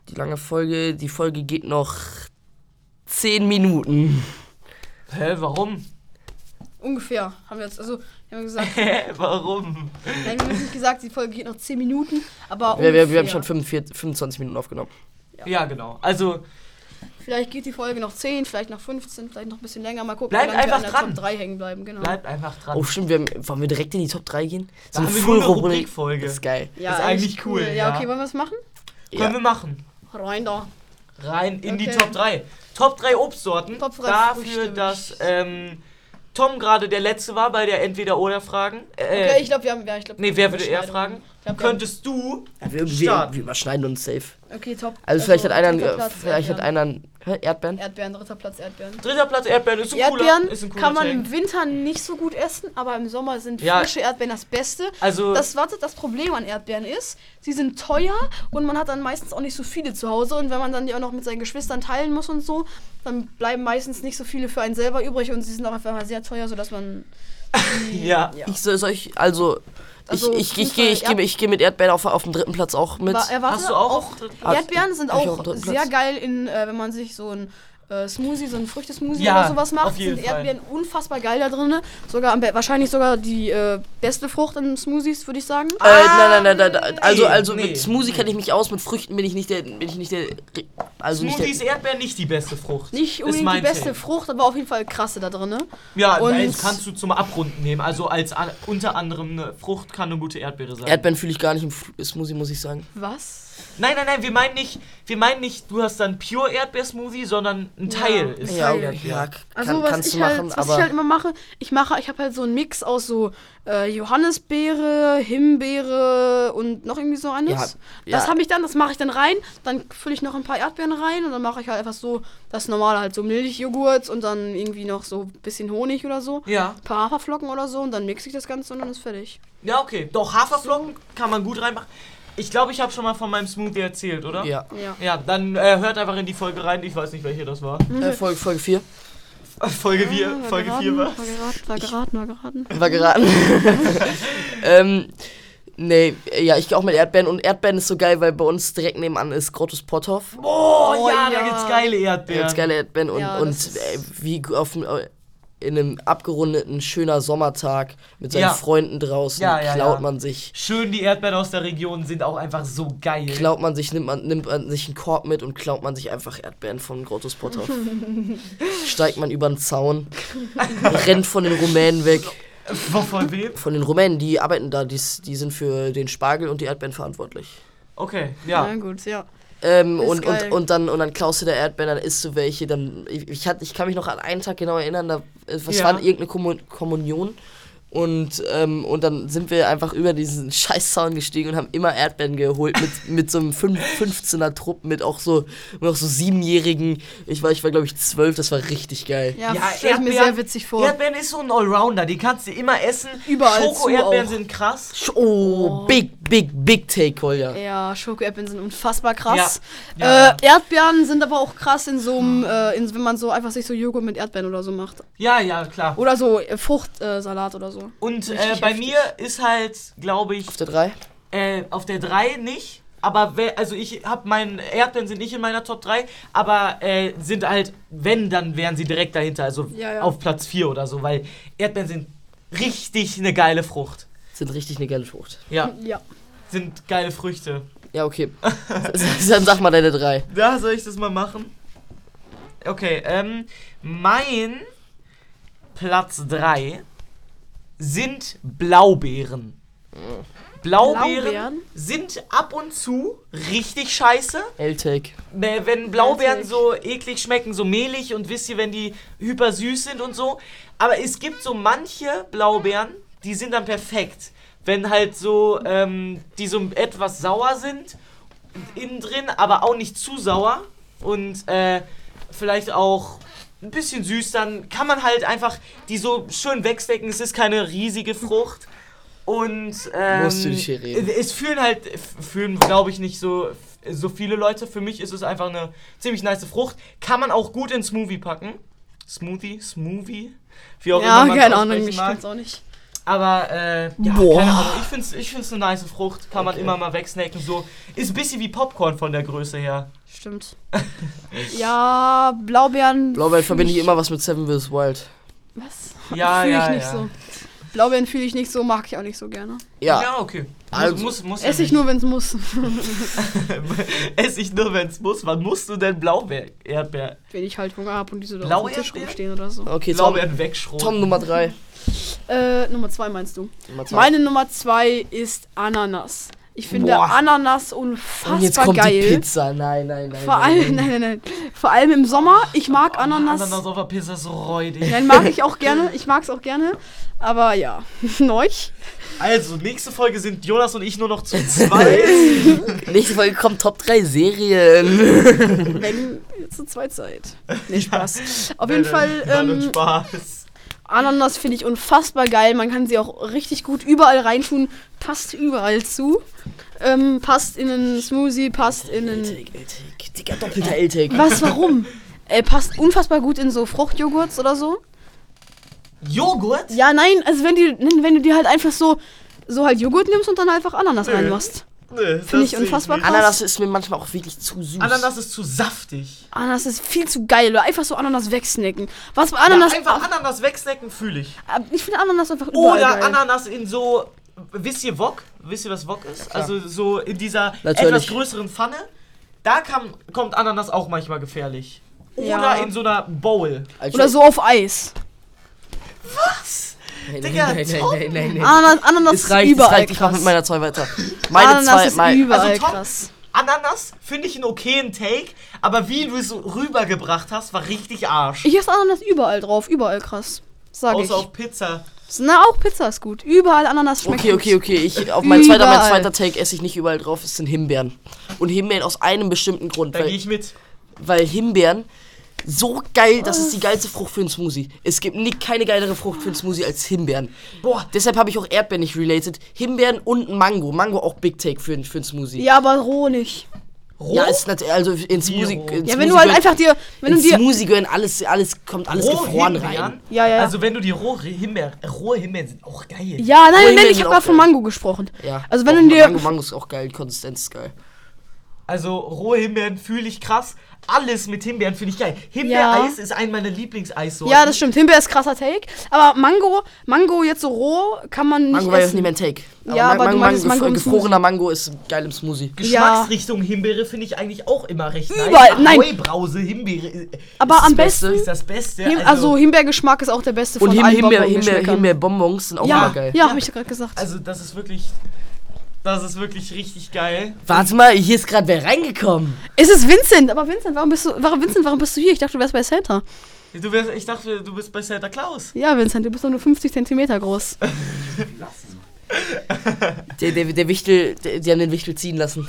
Die lange Folge, die Folge geht noch 10 Minuten. Hä, warum? Ungefähr. Haben wir jetzt, also, wir haben gesagt, Hä, warum? nein, wir haben jetzt nicht gesagt, die Folge geht noch 10 Minuten, aber Wir, wir, wir haben ungefähr. schon 45, 25 Minuten aufgenommen. Ja. genau. Also, Vielleicht geht die Folge noch 10, vielleicht noch 15, vielleicht noch ein bisschen länger. Mal gucken, Bleibt wie lange wir einfach an der dran. Top 3 hängen bleiben, genau. bleibt einfach dran. Oh, stimmt, wir haben, wollen wir direkt in die Top 3 gehen? Da haben wir nur eine Full-Rubrik. Rubrikfolge. Das ist geil. ja, ist eigentlich cool, Ja, ja. okay, wollen wir es machen? Können Ja. wir machen. Rein da. Rein in die Okay. Top 3. Top 3 Obstsorten. Top drei dafür, Früchte. dass ähm, Tom gerade der Letzte war bei der Entweder-Oder-Fragen. Äh, Okay, ich glaube, wir haben. Ja, ich glaub, nee, wir wer haben würde eher Überschneidungen. fragen? Ich glaub, wir Könntest du. Ja, wir, wir, Starten. wir überschneiden uns safe. haben- Okay, top. Also, vielleicht hat einer, einen- dritter äh, Platz, vielleicht hat Erdbeeren. einer einen- hä, Erdbeeren. Erdbeeren, dritter Platz, Erdbeeren. Dritter Platz Erdbeeren ist ein Erdbeeren cooler, ist ein cooler kann man im Tag. Winter nicht so gut essen, aber im Sommer sind Ja. frische Erdbeeren das Beste. Also, Das, warte, das Problem an Erdbeeren ist, sie sind teuer und man hat dann meistens auch nicht so viele zu Hause. Und wenn man dann die auch noch mit seinen Geschwistern teilen muss und so, dann bleiben meistens nicht so viele für einen selber übrig und sie sind auch einfach mal sehr teuer, sodass man. ja. Ja. Ich soll, soll ich, also, Also, ich, ich, ich, Fußball, gehe ich, ja. geh, mit- ich geh mit Erdbeeren auf, auf dem dritten Platz auch mit. Wa- äh, warte, Hast du auch? auch Erdbeeren sind Hab ich auch auch einen dritten sehr Platz? geil, in, äh, wenn man sich so ein. äh, Smoothie, so ein Früchtesmoothie Ja, oder sowas macht, auf jeden sind Fall. Erdbeeren unfassbar geil da drin. Sogar am, be- wahrscheinlich sogar die äh, beste Frucht in Smoothies, würde ich sagen. Ah, Äh, nein, nein, nein, nein, also, nee, also nee. mit Smoothie kenne ich mich aus, mit Früchten bin ich nicht der, bin ich nicht der, also nicht der, Smoothies Erdbeeren nicht die beste Frucht. Nicht Ist unbedingt die mein beste Take. Frucht, aber auf jeden Fall krasse da drin. Ja, Und- weil das kannst du zum Abrunden nehmen. Also als an, unter anderem eine Frucht kann eine gute Erdbeere sein. Erdbeeren fühle ich gar nicht im Fl- Smoothie, muss ich sagen. Was? nein, nein, nein, wir meinen nicht, wir meinen nicht, du hast dann pure Erdbeersmoothie, sondern ein Teil ist Ja, Erdbeer. kann, Also was, kannst ich du machen, halt, was aber ich halt immer mache, ich mache, ich habe halt so einen Mix aus so äh, Johannisbeere, Himbeere und noch irgendwie so eines. Ja, das ja. habe ich dann, das mache ich dann rein, dann fülle ich noch ein paar Erdbeeren rein und dann mache ich halt einfach so das normale halt so Milchjoghurt und dann irgendwie noch so ein bisschen Honig oder so. Ja. Ein paar Haferflocken oder so und dann mixe ich das Ganze und dann ist fertig. Ja, okay. Doch, Haferflocken kann man gut reinmachen. Ich glaube, ich habe schon mal von meinem Smoothie erzählt, oder? ja. Ja. Ja, dann äh, hört einfach in die Folge rein. Ich weiß nicht, welche das war. Mhm. Äh, Folge, Folge 4. Folge 4, Ah, war Folge geraten, 4 war. War geraten, war geraten, war geraten. War geraten. ähm, nee, ja, ich gehe auch mit Erdbeeren und Erdbeeren ist so geil, weil bei uns direkt nebenan ist Grotus Potthoff. Oh, Oh, ja, ja. da gibt's geile Da Erdbeeren. gibt's geile Erdbeeren und, Ja, und das ist- äh, wie auf dem, äh, in einem abgerundeten, schöner Sommertag mit seinen Ja. Freunden draußen Ja, ja, klaut ja. man sich. Schön, die Erdbeeren aus der Region sind auch einfach so geil. Klaut man sich, nimmt man, nimmt man sich einen Korb mit und klaut man sich einfach Erdbeeren von Grotus Potthoff. Steigt man über den Zaun, rennt von den Rumänen weg. Wovon wem? Von den Rumänen, die arbeiten da, die, s- die sind für den Spargel und die Erdbeeren verantwortlich. Okay, Na ja. gut, ja. Ähm, Ist und, und, geil. und, dann, und dann klaust du da Erdbeeren, dann isst du welche. Dann, ich, ich, hatte, ich kann mich noch an einen Tag genau erinnern, da, äh, was Ja. war denn, irgendeine Kommun Kommunion. Und, ähm, und dann sind wir einfach über diesen Scheißzaun gestiegen und haben immer Erdbeeren geholt mit, mit so einem fünf- 15er Trupp, mit auch so, mit auch so siebenjährigen. Ich war, ich war glaube ich zwölf, das war richtig geil. Ja, stell ich mir sehr witzig vor. Erdbeeren ist so ein Allrounder, die kannst du immer essen. Überall zu Schoko-Erdbeeren auch. sind krass. Sch- Oh, big, big, big take, Kolja. Ja, Schokoerdbeeren sind unfassbar krass. Ja. Ja, äh, Erdbeeren sind aber auch krass in so einem, äh, in, wenn man so einfach sich so Joghurt mit Erdbeeren oder so macht. Ja, ja, klar. Oder so äh, Fruchtsalat oder so. Und äh, Richtig bei heftig. mir ist halt, glaube ich, Auf der drei äh, auf der 3 nicht. Aber we- also ich habe meinen Erdbeeren sind nicht in meiner Top 3, aber äh, sind halt, wenn, dann wären sie direkt dahinter, also Ja, ja. auf Platz 4 oder so, weil Erdbeeren sind richtig eine geile Frucht. sind richtig eine geile Frucht. Ja, Ja. sind geile Früchte. Ja, okay. dann sag mal deine drei. Ja, soll ich das mal machen? Okay, ähm, mein Platz 3 sind Blaubeeren. Blaubeeren, Blaubeeren? sind ab und zu richtig scheiße. L-Take. Ne, wenn Blaubeeren Natürlich. so eklig schmecken, so mehlig und wisst ihr, wenn die hypersüß sind und so. Aber es gibt so manche Blaubeeren, die sind dann perfekt. Wenn halt so, ähm, die so etwas sauer sind, innen drin, aber auch nicht zu sauer und äh, vielleicht auch ein bisschen süß, dann kann man halt einfach die so schön wegstecken. Es ist keine riesige Frucht. Und ähm, Musst du dich hier reden. es fühlen halt, f- fühlen glaube ich nicht so, so viele Leute. Für mich ist es einfach eine ziemlich nice Frucht. Kann man auch gut in Smoothie packen. Smoothie, Smoothie, wie auch ja, immer man keine Ahnung, ich ich mag. kenn's auch nicht. Aber äh, ja, Boah. keine Ahnung, ich find's, ich find's eine nice Frucht, kann man Okay. immer mal wegsnacken, so. Ist ein bisschen wie Popcorn von der Größe her. Stimmt. ja, Blaubeeren. Blaubeeren fühl verbinde ich immer was mit Seven vs. Wild. Was? Ja, fühl ja, ich nicht ja. so. Blaubeeren fühle ich nicht so, mag ich auch nicht so gerne. Ja, okay. Also. muss, muss Esse ja ich nur, wenn's muss. Esse ich nur, wenn's muss. Wann musst du denn Blaubeer, Erdbeer, Wenn ich halt Hunger habe und diese da auf Blaue dem Tisch Erdbeeren? rumstehen oder so. okay, Tom, Blaubeeren wegschroten? Tom Nummer 3. Äh, Nummer zwei meinst du? Meine Nummer zwei ist Ananas. Ich finde Boah. Ananas Und jetzt unfassbar kommt geil. die Pizza. Nein, nein, nein. Vor allem, nein, nein, nein. Vor allem im Sommer. Ich mag Ananas. Ananas auf der Pizza ist räudig. Nein, mag ich auch gerne. Ich mag's auch gerne. Aber ja, neuch. Also, nächste Folge sind Jonas und ich nur noch zu zweit. Nächste Folge kommt Top 3 Serien. Wenn ihr zu zweit seid. Nee, Spaß. Auf Nein, jeden Fall, nein, ähm, Spaß. Ananas finde ich unfassbar geil. Man kann sie auch richtig gut überall reintun. Passt überall zu. Ähm, passt in einen Smoothie, passt in einen. L-Take, Digga, doppelter L-Take. Was, warum? Äh, passt unfassbar gut in so Fruchtjoghurts oder so. Joghurt? Ja, nein, also wenn, die, wenn du dir halt einfach so, so halt Joghurt nimmst und dann einfach Ananas Nö. reinmachst. Nee, Finde ich unfassbar krass. krass. Ananas ist mir manchmal auch wirklich zu süß. Ananas ist zu saftig. Ananas ist viel zu geil. Oder einfach so Ananas wegsnacken. Was bei Ananas. ja, einfach Ananas wegsnacken fühle ich. Ab- ich finde Ananas einfach überall Oder geil. Ananas in so, wisst ihr Wok? Wisst ihr, was Wok ist? also so in dieser Natürlich. etwas größeren Pfanne. Da kam, kommt Ananas auch manchmal gefährlich. Oder Ja. in so einer Bowl. Also- Oder so auf Eis. Nein, Digga, nein, nein, Tom. nein, nein, nein. Ananas, Ananas Es reicht, es überall reicht. Ich mach krass. mit meiner 2 weiter. Meine Ananas 2, ist mein, überall also Tom- krass. Ananas finde ich einen okayen Take, aber wie du es rübergebracht hast, war richtig Arsch. Ich esse Ananas überall drauf. Überall krass. Sag Außer ich. auf Pizza. Na, auch Pizza ist gut. Überall Ananas schmeckt Okay, gut. okay, okay. Ich, auf mein zweiter, mein Überall. zweiter Take esse ich nicht überall drauf, es sind Himbeeren. Und Himbeeren aus einem bestimmten Grund, Da gehe weil, ich mit. weil Himbeeren so geil, das ist die geilste Frucht für einen Smoothie. Es gibt nie, keine geilere Frucht für einen Smoothie als Himbeeren. Boah, Deshalb habe ich auch Erdbeeren nicht related. Himbeeren und Mango. Mango auch Big Take für, für einen Smoothie. Ja, aber roh nicht. roh? Ja, ist natürlich, also ins Wie Smoothie. roh? ins Ja, wenn Smoothie du halt gehört- einfach dir. Wenn du ins dir. Smoothie gehören alles, alles kommt alles roh gefroren Himbeeren? rein. Ja, ja, ja. Also wenn du die rohe Himbeeren, rohe Himbeeren sind auch geil. Ja, nein, nein, Rohe nein, ich Himbeeren habe gerade auch von geil. Mango gesprochen. Ja. Also wenn Doch, du dir- Mango, Mango ist auch geil, die Konsistenz ist geil. Also rohe Himbeeren fühle ich krass. Alles mit Himbeeren finde ich geil. Himbeereis ist ein meiner Lieblingseissorten. Ja, das stimmt. Himbeer ist krasser Take. Aber Mango, Mango jetzt so roh, kann man nicht Mango war jetzt essen. nicht mein Take. Ja, aber du meinst gef- Mango im gefrorener Mango ist geil im Smoothie. Geschmacksrichtung Himbeere finde ich eigentlich auch immer recht Überall, nice. nein. Heubrause Himbeere äh, Aber das am Beste. besten, ist das Beste. Him also Himbeergeschmack ist auch der beste Und von Him allen Himbeer, Himbeer, Bonbon-Geschmäckern. Himbeerbonbons sind auch ja, immer geil. ja, habe ich gerade gesagt. also das ist wirklich das ist wirklich richtig geil. Warte mal, hier ist gerade wer reingekommen. es ist Vincent, aber Vincent, warum bist du, warum Vincent, warum bist du hier? Ich dachte, du wärst bei Santa. Du wärst, ich dachte, du bist bei Santa Claus. Ja, Vincent, du bist doch nur 50 Zentimeter groß. Der, der, der Wichtel, der, die haben den Wichtel ziehen lassen.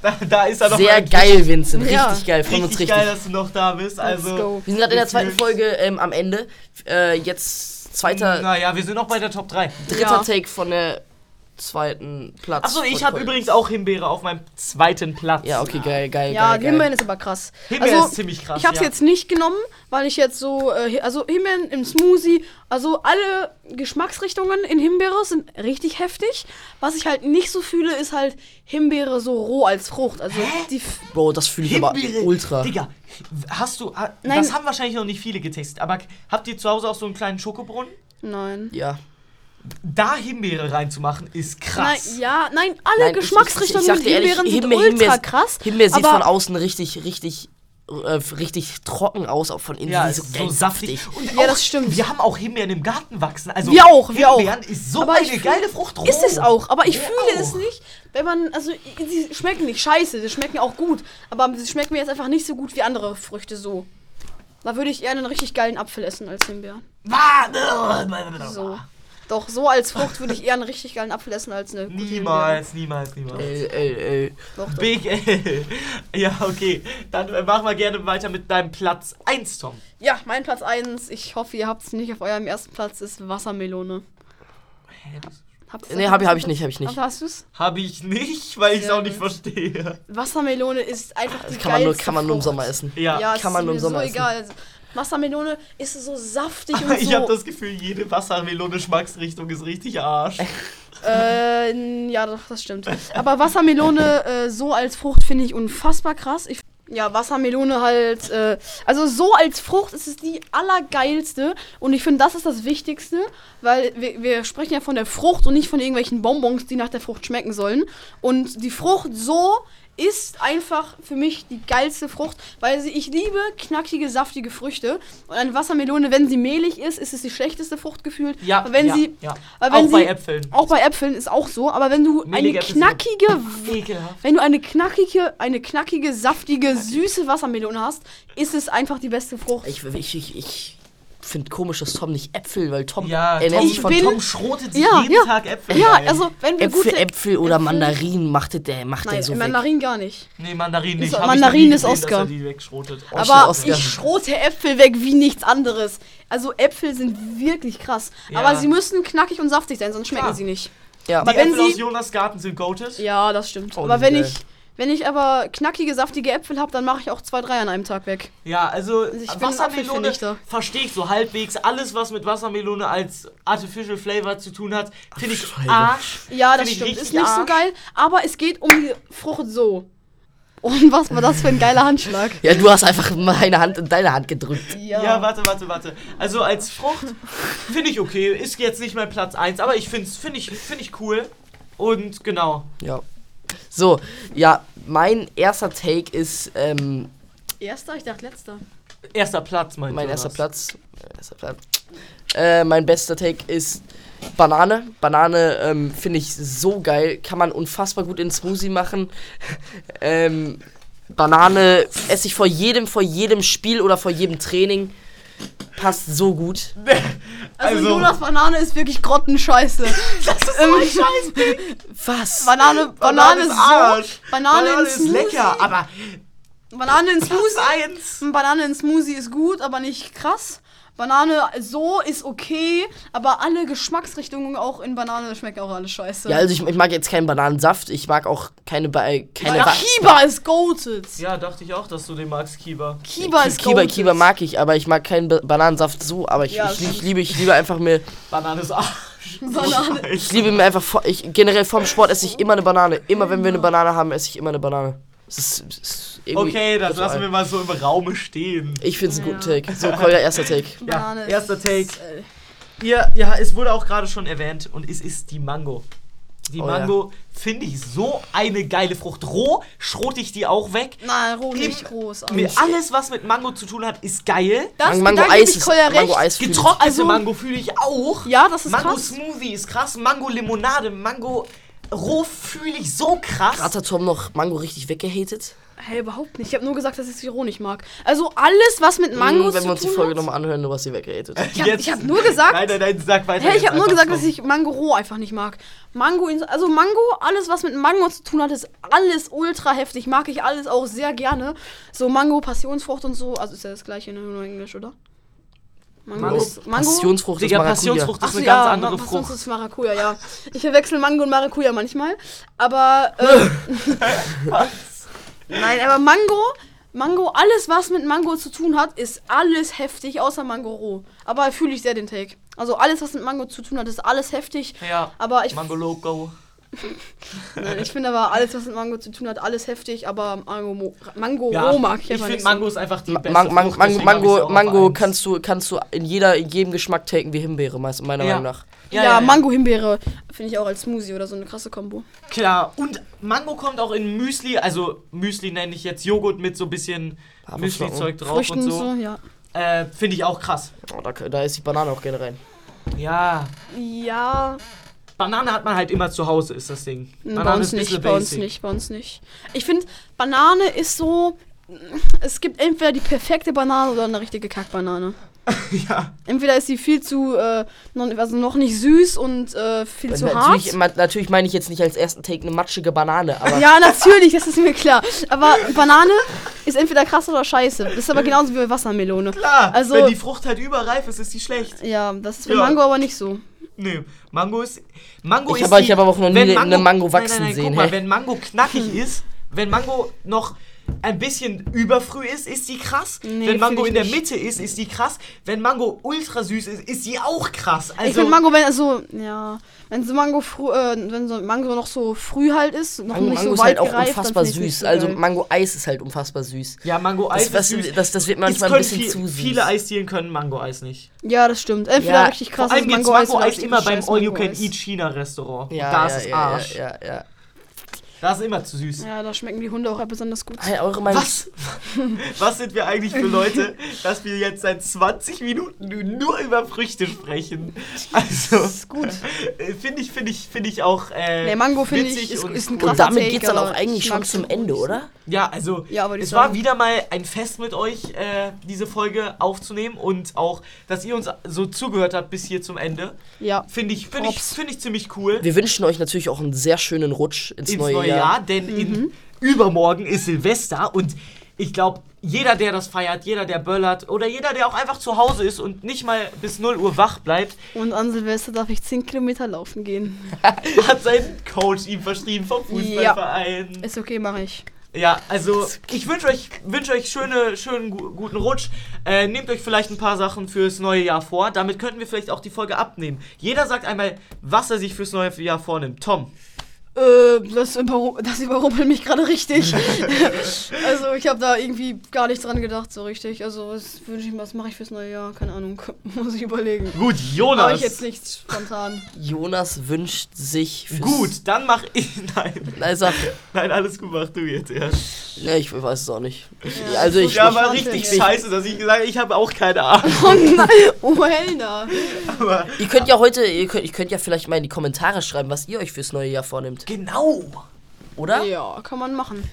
Da, da ist er noch Sehr mal- geil, Vincent. Richtig Ja. geil. Freuen Richtig, uns richtig. geil, dass du noch da bist. Let's Also go. Wir sind gerade in der zweiten Gefühlt. Folge ähm, am Ende. Äh, jetzt zweiter, naja, wir sind noch bei der Top 3. dritter Ja. Take von der zweiten Platz. Achso, ich von- habe von- übrigens auch Himbeere auf meinem zweiten Platz. Ja, okay, geil, geil, Ja, geil. geil. Himbeeren ist aber krass. Himbeeren also, ist ziemlich krass. ich habe es ja. jetzt nicht genommen, weil ich jetzt so, äh, also Himbeeren im Smoothie, also alle Geschmacksrichtungen in Himbeere sind richtig heftig. Was ich halt nicht so fühle, ist halt Himbeere so roh als Frucht. Also die, f- Bro, das fühle ich aber Himbeere. ultra. Digga, hast du. ha- Nein. Das haben wahrscheinlich noch nicht viele getestet, aber habt ihr zu Hause auch so einen kleinen Schokobrunnen? nein. Ja. Da Himbeere reinzumachen ist krass. Nein, ja, nein, alle Nein, ich- Geschmacksrichtungen sag mit dir ehrlich, Himbeeren sind Himbeer- Himbeer ultra ist- krass. Himbeer sieht aber von außen richtig, richtig, äh, richtig trocken aus, auch von innen Ja, sind die ist so saftig. Und Ja, das stimmt. Wir haben auch Himbeeren im Garten wachsen. Also Wir auch, wir auch. Himbeeren ist so Aber eine ich fühl- geile Frucht. roh. Ist es auch, aber ich Ja, fühle auch. es nicht, wenn man, also sie schmecken nicht scheiße, sie schmecken auch gut, aber sie schmecken mir jetzt einfach nicht so gut wie andere Früchte so. Da würde ich eher einen richtig geilen Apfel essen als Himbeeren. Ah, So. Doch, so als Frucht würde ich eher einen richtig geilen Apfel essen als eine. gute Himbeere. Niemals, niemals, niemals. Ey, ey, ey. Doch, doch. Big L. Ja, okay. Dann äh, machen wir gerne weiter mit deinem Platz 1, Tom. Ja, mein Platz 1, ich hoffe, ihr habt es nicht auf eurem ersten Platz, ist Wassermelone. Habt's Nee, hab, ich- hab ich nicht, hab ich nicht. Ach, hast du's? Habe ich nicht, weil ich es Sehr auch nicht gut. verstehe. Wassermelone ist einfach die Kann man, nur, geilste kann man nur im Frucht. Sommer essen. Ja, Ja. es kann man ist nur im mir Sommer so essen. egal. Also, Wassermelone ist so saftig und so. Aber ich habe das Gefühl, jede Wassermelone-Geschmacksrichtung ist richtig Arsch. Äh, n- ja, doch, das stimmt. Aber Wassermelone äh, so als Frucht finde ich unfassbar krass. Ich, ja, Wassermelone halt. Äh, also so als Frucht ist es die allergeilste. Und ich finde, das ist das Wichtigste, weil wir, wir sprechen ja von der Frucht und nicht von irgendwelchen Bonbons, die nach der Frucht schmecken sollen. Und die Frucht so ist einfach für mich die geilste Frucht, weil sie, ich liebe knackige, saftige Früchte. Und eine Wassermelone, wenn sie mehlig ist, ist es die schlechteste Frucht gefühlt. Ja, Aber wenn ja, sie, ja. aber wenn Auch bei sie- Äpfeln. auch bei Äpfeln ist auch so, aber wenn du eine Mehlige Äpfel sind knackige, Ekelhaft. wenn du eine knackige, eine knackige, saftige, süße Wassermelone hast, ist es einfach die beste Frucht. Ich, ich, ich, ich finde komisch, dass Tom nicht Äpfel, weil Tom Ja, ernährt Tom- sich von bin- Tom Tom schrotet sich Ja, jeden ja. Tag Äpfel. ja, ein. also wenn wir Äpfel, gute Äpfel oder Mandarinen macht der, macht der Nein, so weg. Mandarin gar nicht. Nee, Mandarinen nicht. Ist- Hab ich Mandarinen noch nie ist gesehen, Oscar. Dass er die wegschrotet. Oh, schnell, Aber Oscar. ich schrote Äpfel weg wie nichts anderes. Also Äpfel sind wirklich krass. Ja. Aber sie müssen knackig und saftig sein, sonst schmecken Klar. sie nicht. Ja. Aber die wenn Äpfel aus sie- Jonas Garten sind goated. Ja, das stimmt. Oh, aber die wenn geil. ich, wenn ich aber knackige, saftige Äpfel habe, dann mache ich auch zwei, drei an einem Tag weg. Ja, also ich bin ein Wassermelone Apfelvernichter. verstehe ich so halbwegs. Alles, was mit Wassermelone als Artificial Flavor zu tun hat, finde ich Scheiße. Arsch. Ja, das Find ich stimmt. richtig Ist nicht so Arsch. geil, aber es geht um die Frucht so. Und was war das für ein geiler Handschlag? Ja, du hast einfach meine Hand in deine Hand gedrückt. Ja. warte, warte, warte. Also als Frucht finde ich okay. Ist jetzt nicht mein Platz 1, aber ich finde find ich, find ich cool. Und genau. Ja. So, ja, mein erster Take ist ähm, Erster? Ich dachte letzter. Erster Platz, mein mein Jonas. erster Platz. Mein erster Platz. Äh, mein bester Take ist Banane. Banane ähm, finde ich so geil. Kann man unfassbar gut in Smoothie machen. ähm, Banane esse ich vor jedem, vor jedem Spiel oder vor jedem Training. Passt so gut. Also, Also- Jonas Banane ist wirklich grottenscheiße. das ist ähm, Scheiße. Was? Banane, Banane, Banane ist ist so. Arsch. Banane, in ist Smoothie. lecker, aber Banane in Plus Smoothie. 1. Banane in Smoothie ist gut, aber nicht krass. Banane so ist okay, aber alle Geschmacksrichtungen auch in Banane schmecken auch alles scheiße. Ja, also ich, ich mag jetzt keinen Bananensaft. Ich mag auch keine, ba äh, keine ja, Ba- Kiba ist goated. Ja, dachte ich auch, dass du den magst, Kiba. Kiba ist Kiba, goated. Kiba mag ich, aber ich mag keinen Ba- Bananensaft so, aber ich, Ja, ich, das ich liebe ich liebe einfach mir Banane ist Arsch. Banane. ich liebe mir einfach vor- ich, generell vom Sport esse ich immer eine Banane, immer wenn wir eine Banane haben, esse ich immer eine Banane. Es ist, es ist irgendwie Okay, das lassen wir mal so im Raume stehen. Ich find's einen Ja. guten Take. So Kolja erster Take. Banane Ja, erster ist, Take. äh, Ja, ja, es wurde auch gerade schon erwähnt und es ist die Mango. Die Oh, Mango finde ich so eine geile Frucht. Roh schrote ich die auch weg. Nein, roh nicht Eben- groß. aber- Mit alles, was mit Mango zu tun hat, ist geil. Das Mango da gebe Eis ich ist Kolja Mango recht. Eis fühl ich. Getrocknete Also- Mango fühle ich auch. Ja, das ist Mango krass. Smoothie ist krass. Mango Limonade, Mango Roh fühle ich so krass. Hat der Tom noch Mango richtig weggehatet? Hey, überhaupt nicht. Ich habe nur gesagt, dass ich es ironisch mag. Also alles, was mit Hm, Mangos wenn zu wir uns die tun Folge hat. nochmal anhören, du hast sie weggehatet. Ich hab- ich hab nur gesagt- Nein, nein, nein, sag weiter. Hey, ich jetzt habe nur einfach gesagt, so. dass ich Mango roh einfach nicht mag. Mango, in- also Mango, alles was mit Mango zu tun hat, ist alles ultra heftig. Mag ich alles auch sehr gerne. So Mango, Passionsfrucht und so. Also ist ja das gleiche ne, nur in Englisch, oder? Mango, Mango- ist Mango. Passionsfrucht Digga, ist Maracuja. Passionsfrucht ist Ach eine so, ja, ganz Ma- andere Passionsfrucht Frucht. ist Maracuja, ja. Ich verwechsel Mango und Maracuja manchmal. Aber. Äh, Nein, aber Mango. Mango, alles was mit Mango zu tun hat, ist alles heftig, außer Mango roh. Aber fühle ich sehr den Take. Also alles, was mit Mango zu tun hat, ist alles heftig. Ja, Aber ich, Mango Loco. nein, ich finde aber alles, was mit Mango zu tun hat, alles heftig. Aber Mango, mo- Mango Ja, roh mag ich, ich einfach finde nicht. Mango ist einfach die beste Mango, Mango, Frucht, deswegen hab ich sie auch Mango, auf Mango eins. kannst du kannst du in jeder in jedem Geschmack taken wie Himbeere, meist- meiner Ja. Meinung nach. so. Ja, Mango-Himbeere finde ich auch als Smoothie oder so eine krasse Kombo. Klar, und Mango kommt auch in Müsli, also Müsli nenne ich jetzt Joghurt mit so ein bisschen Haferflocken. Müsli-Zeug drauf Früchten und so. ja. Äh, Finde ich auch krass. Oh, da, da ist die Banane auch gerne rein. Ja, Ja, Banane hat man halt immer zu Hause, ist das Ding. Nee, Banane bei uns ist ein nicht, bisschen bei uns basic. nicht, bei uns nicht. Ich finde, Banane ist so. Es gibt entweder die perfekte Banane oder eine richtige Kackbanane. Ja, Entweder ist sie viel zu, äh, noch, also noch nicht süß und äh, viel zu hart. natürlich, ma- natürlich meine ich jetzt nicht als ersten Take eine matschige Banane, aber Ja, natürlich, das ist mir klar. Aber Banane ist entweder krass oder scheiße. Das ist Äh. aber genauso wie bei Wassermelone. klar. Also- wenn die Frucht halt überreif ist, ist die schlecht. Ja, das ist für Ja. Mango aber nicht so. Nee, Mango ist. Mango Ich ist. hab- die- ich hab aber auch noch nie wenn eine Mango wachsen nein, nein, nein, sehen, Guck mal, hä? wenn Mango knackig ist, wenn Mango noch ein bisschen überfrüh ist, ist die krass. Nee, Wenn Mango find ich in der nicht. Mitte ist, ist die krass. Wenn Mango ultra süß ist, ist sie auch krass. Also, ich finde Mango, wenn also ja, wenn so Mango früh, äh, wenn so Mango noch so früh halt ist, noch Mango, nicht Mango so ist weit halt auch gereift, unfassbar dann find ich's süß. nicht so Also geil. Mango-Eis ist halt unfassbar süß. ja, Mango-Eis Das, ist das, süß. das, das wird Es manchmal ein können bisschen viel, zu süß. Viele Eisdielen können Mango-Eis nicht. Ja, das stimmt. Entweder Ja, richtig krass also Vor allem gibt's Mango-Eis immer beim All-You-Can-Eat-China-Restaurant. ja, ja, da ist es ja, Arsch. Ja, ja, ja. Da ist immer zu süß. Ja, da schmecken die Hunde auch besonders gut. Hey, eure Meinung. Was? Was sind wir eigentlich für Leute, dass wir jetzt seit 20 Minuten nur über Früchte sprechen? Also, äh, Das ist gut. finde ich, finde ich, finde ich auch. Äh, Nee, Mango finde ich witzig ist, und ist ein cool. krasser Und damit Take, geht's dann aber auch eigentlich genau. ich schon mag's zum auch nicht. Ende, oder? Ja, also Ja, aber die es sagen- war wieder mal ein Fest mit euch, äh, diese Folge aufzunehmen und auch, dass ihr uns so zugehört habt bis hier zum Ende. Ja. Finde ich, finde ich, Props. finde ich ziemlich cool. Wir wünschen euch natürlich auch einen sehr schönen Rutsch ins, ins neue, Jahr. denn in übermorgen ist Silvester und ich glaube, jeder, der das feiert, jeder, der böllert oder jeder, der auch einfach zu Hause ist und nicht mal bis 0 Uhr wach bleibt, Und an Silvester darf ich 10 Kilometer laufen gehen. hat seinen Coach ihm verschrieben vom Fußballverein. Ist okay, mache ich. Ja, also ich wünsche euch, wünsch euch schöne, schönen gu- guten Rutsch. Äh, nehmt euch vielleicht ein paar Sachen fürs neue Jahr vor. Damit könnten wir vielleicht auch die Folge abnehmen. Jeder sagt einmal, was er sich fürs neue Jahr vornimmt. Tom. Äh, das, überru- das überrumpelt mich gerade richtig. also ich habe da irgendwie gar nicht dran gedacht, so richtig. Also was wünsche ich mir, was mache ich fürs neue Jahr? Keine Ahnung, muss ich überlegen. Gut, Habe Jonas. ich jetzt nichts spontan. Jonas wünscht sich fürs Gut, dann mach ich. Nein. Nein, sag, Nein, alles gut, mach du jetzt erst. ne, ich weiß es auch nicht. Ich, Ja. also ich, Ja, ich, war ich- richtig ich- scheiße, dass ich gesagt habe, ich habe auch keine Ahnung. Oh nein, oh Helena. Aber ihr könnt ja heute, ihr könnt, ihr könnt ja vielleicht mal in die Kommentare schreiben, was ihr euch fürs neue Jahr vornimmt, genau. oder? Ja, kann man machen.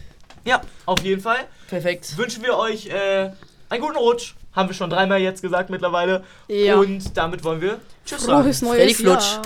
Ja, auf jeden Fall Perfekt. wünschen wir euch äh, einen guten Rutsch. Haben wir schon dreimal jetzt gesagt mittlerweile. Ja. Und damit wollen wir Tschüss sagen. Frohes neues Freddy Flutsch. Jahr.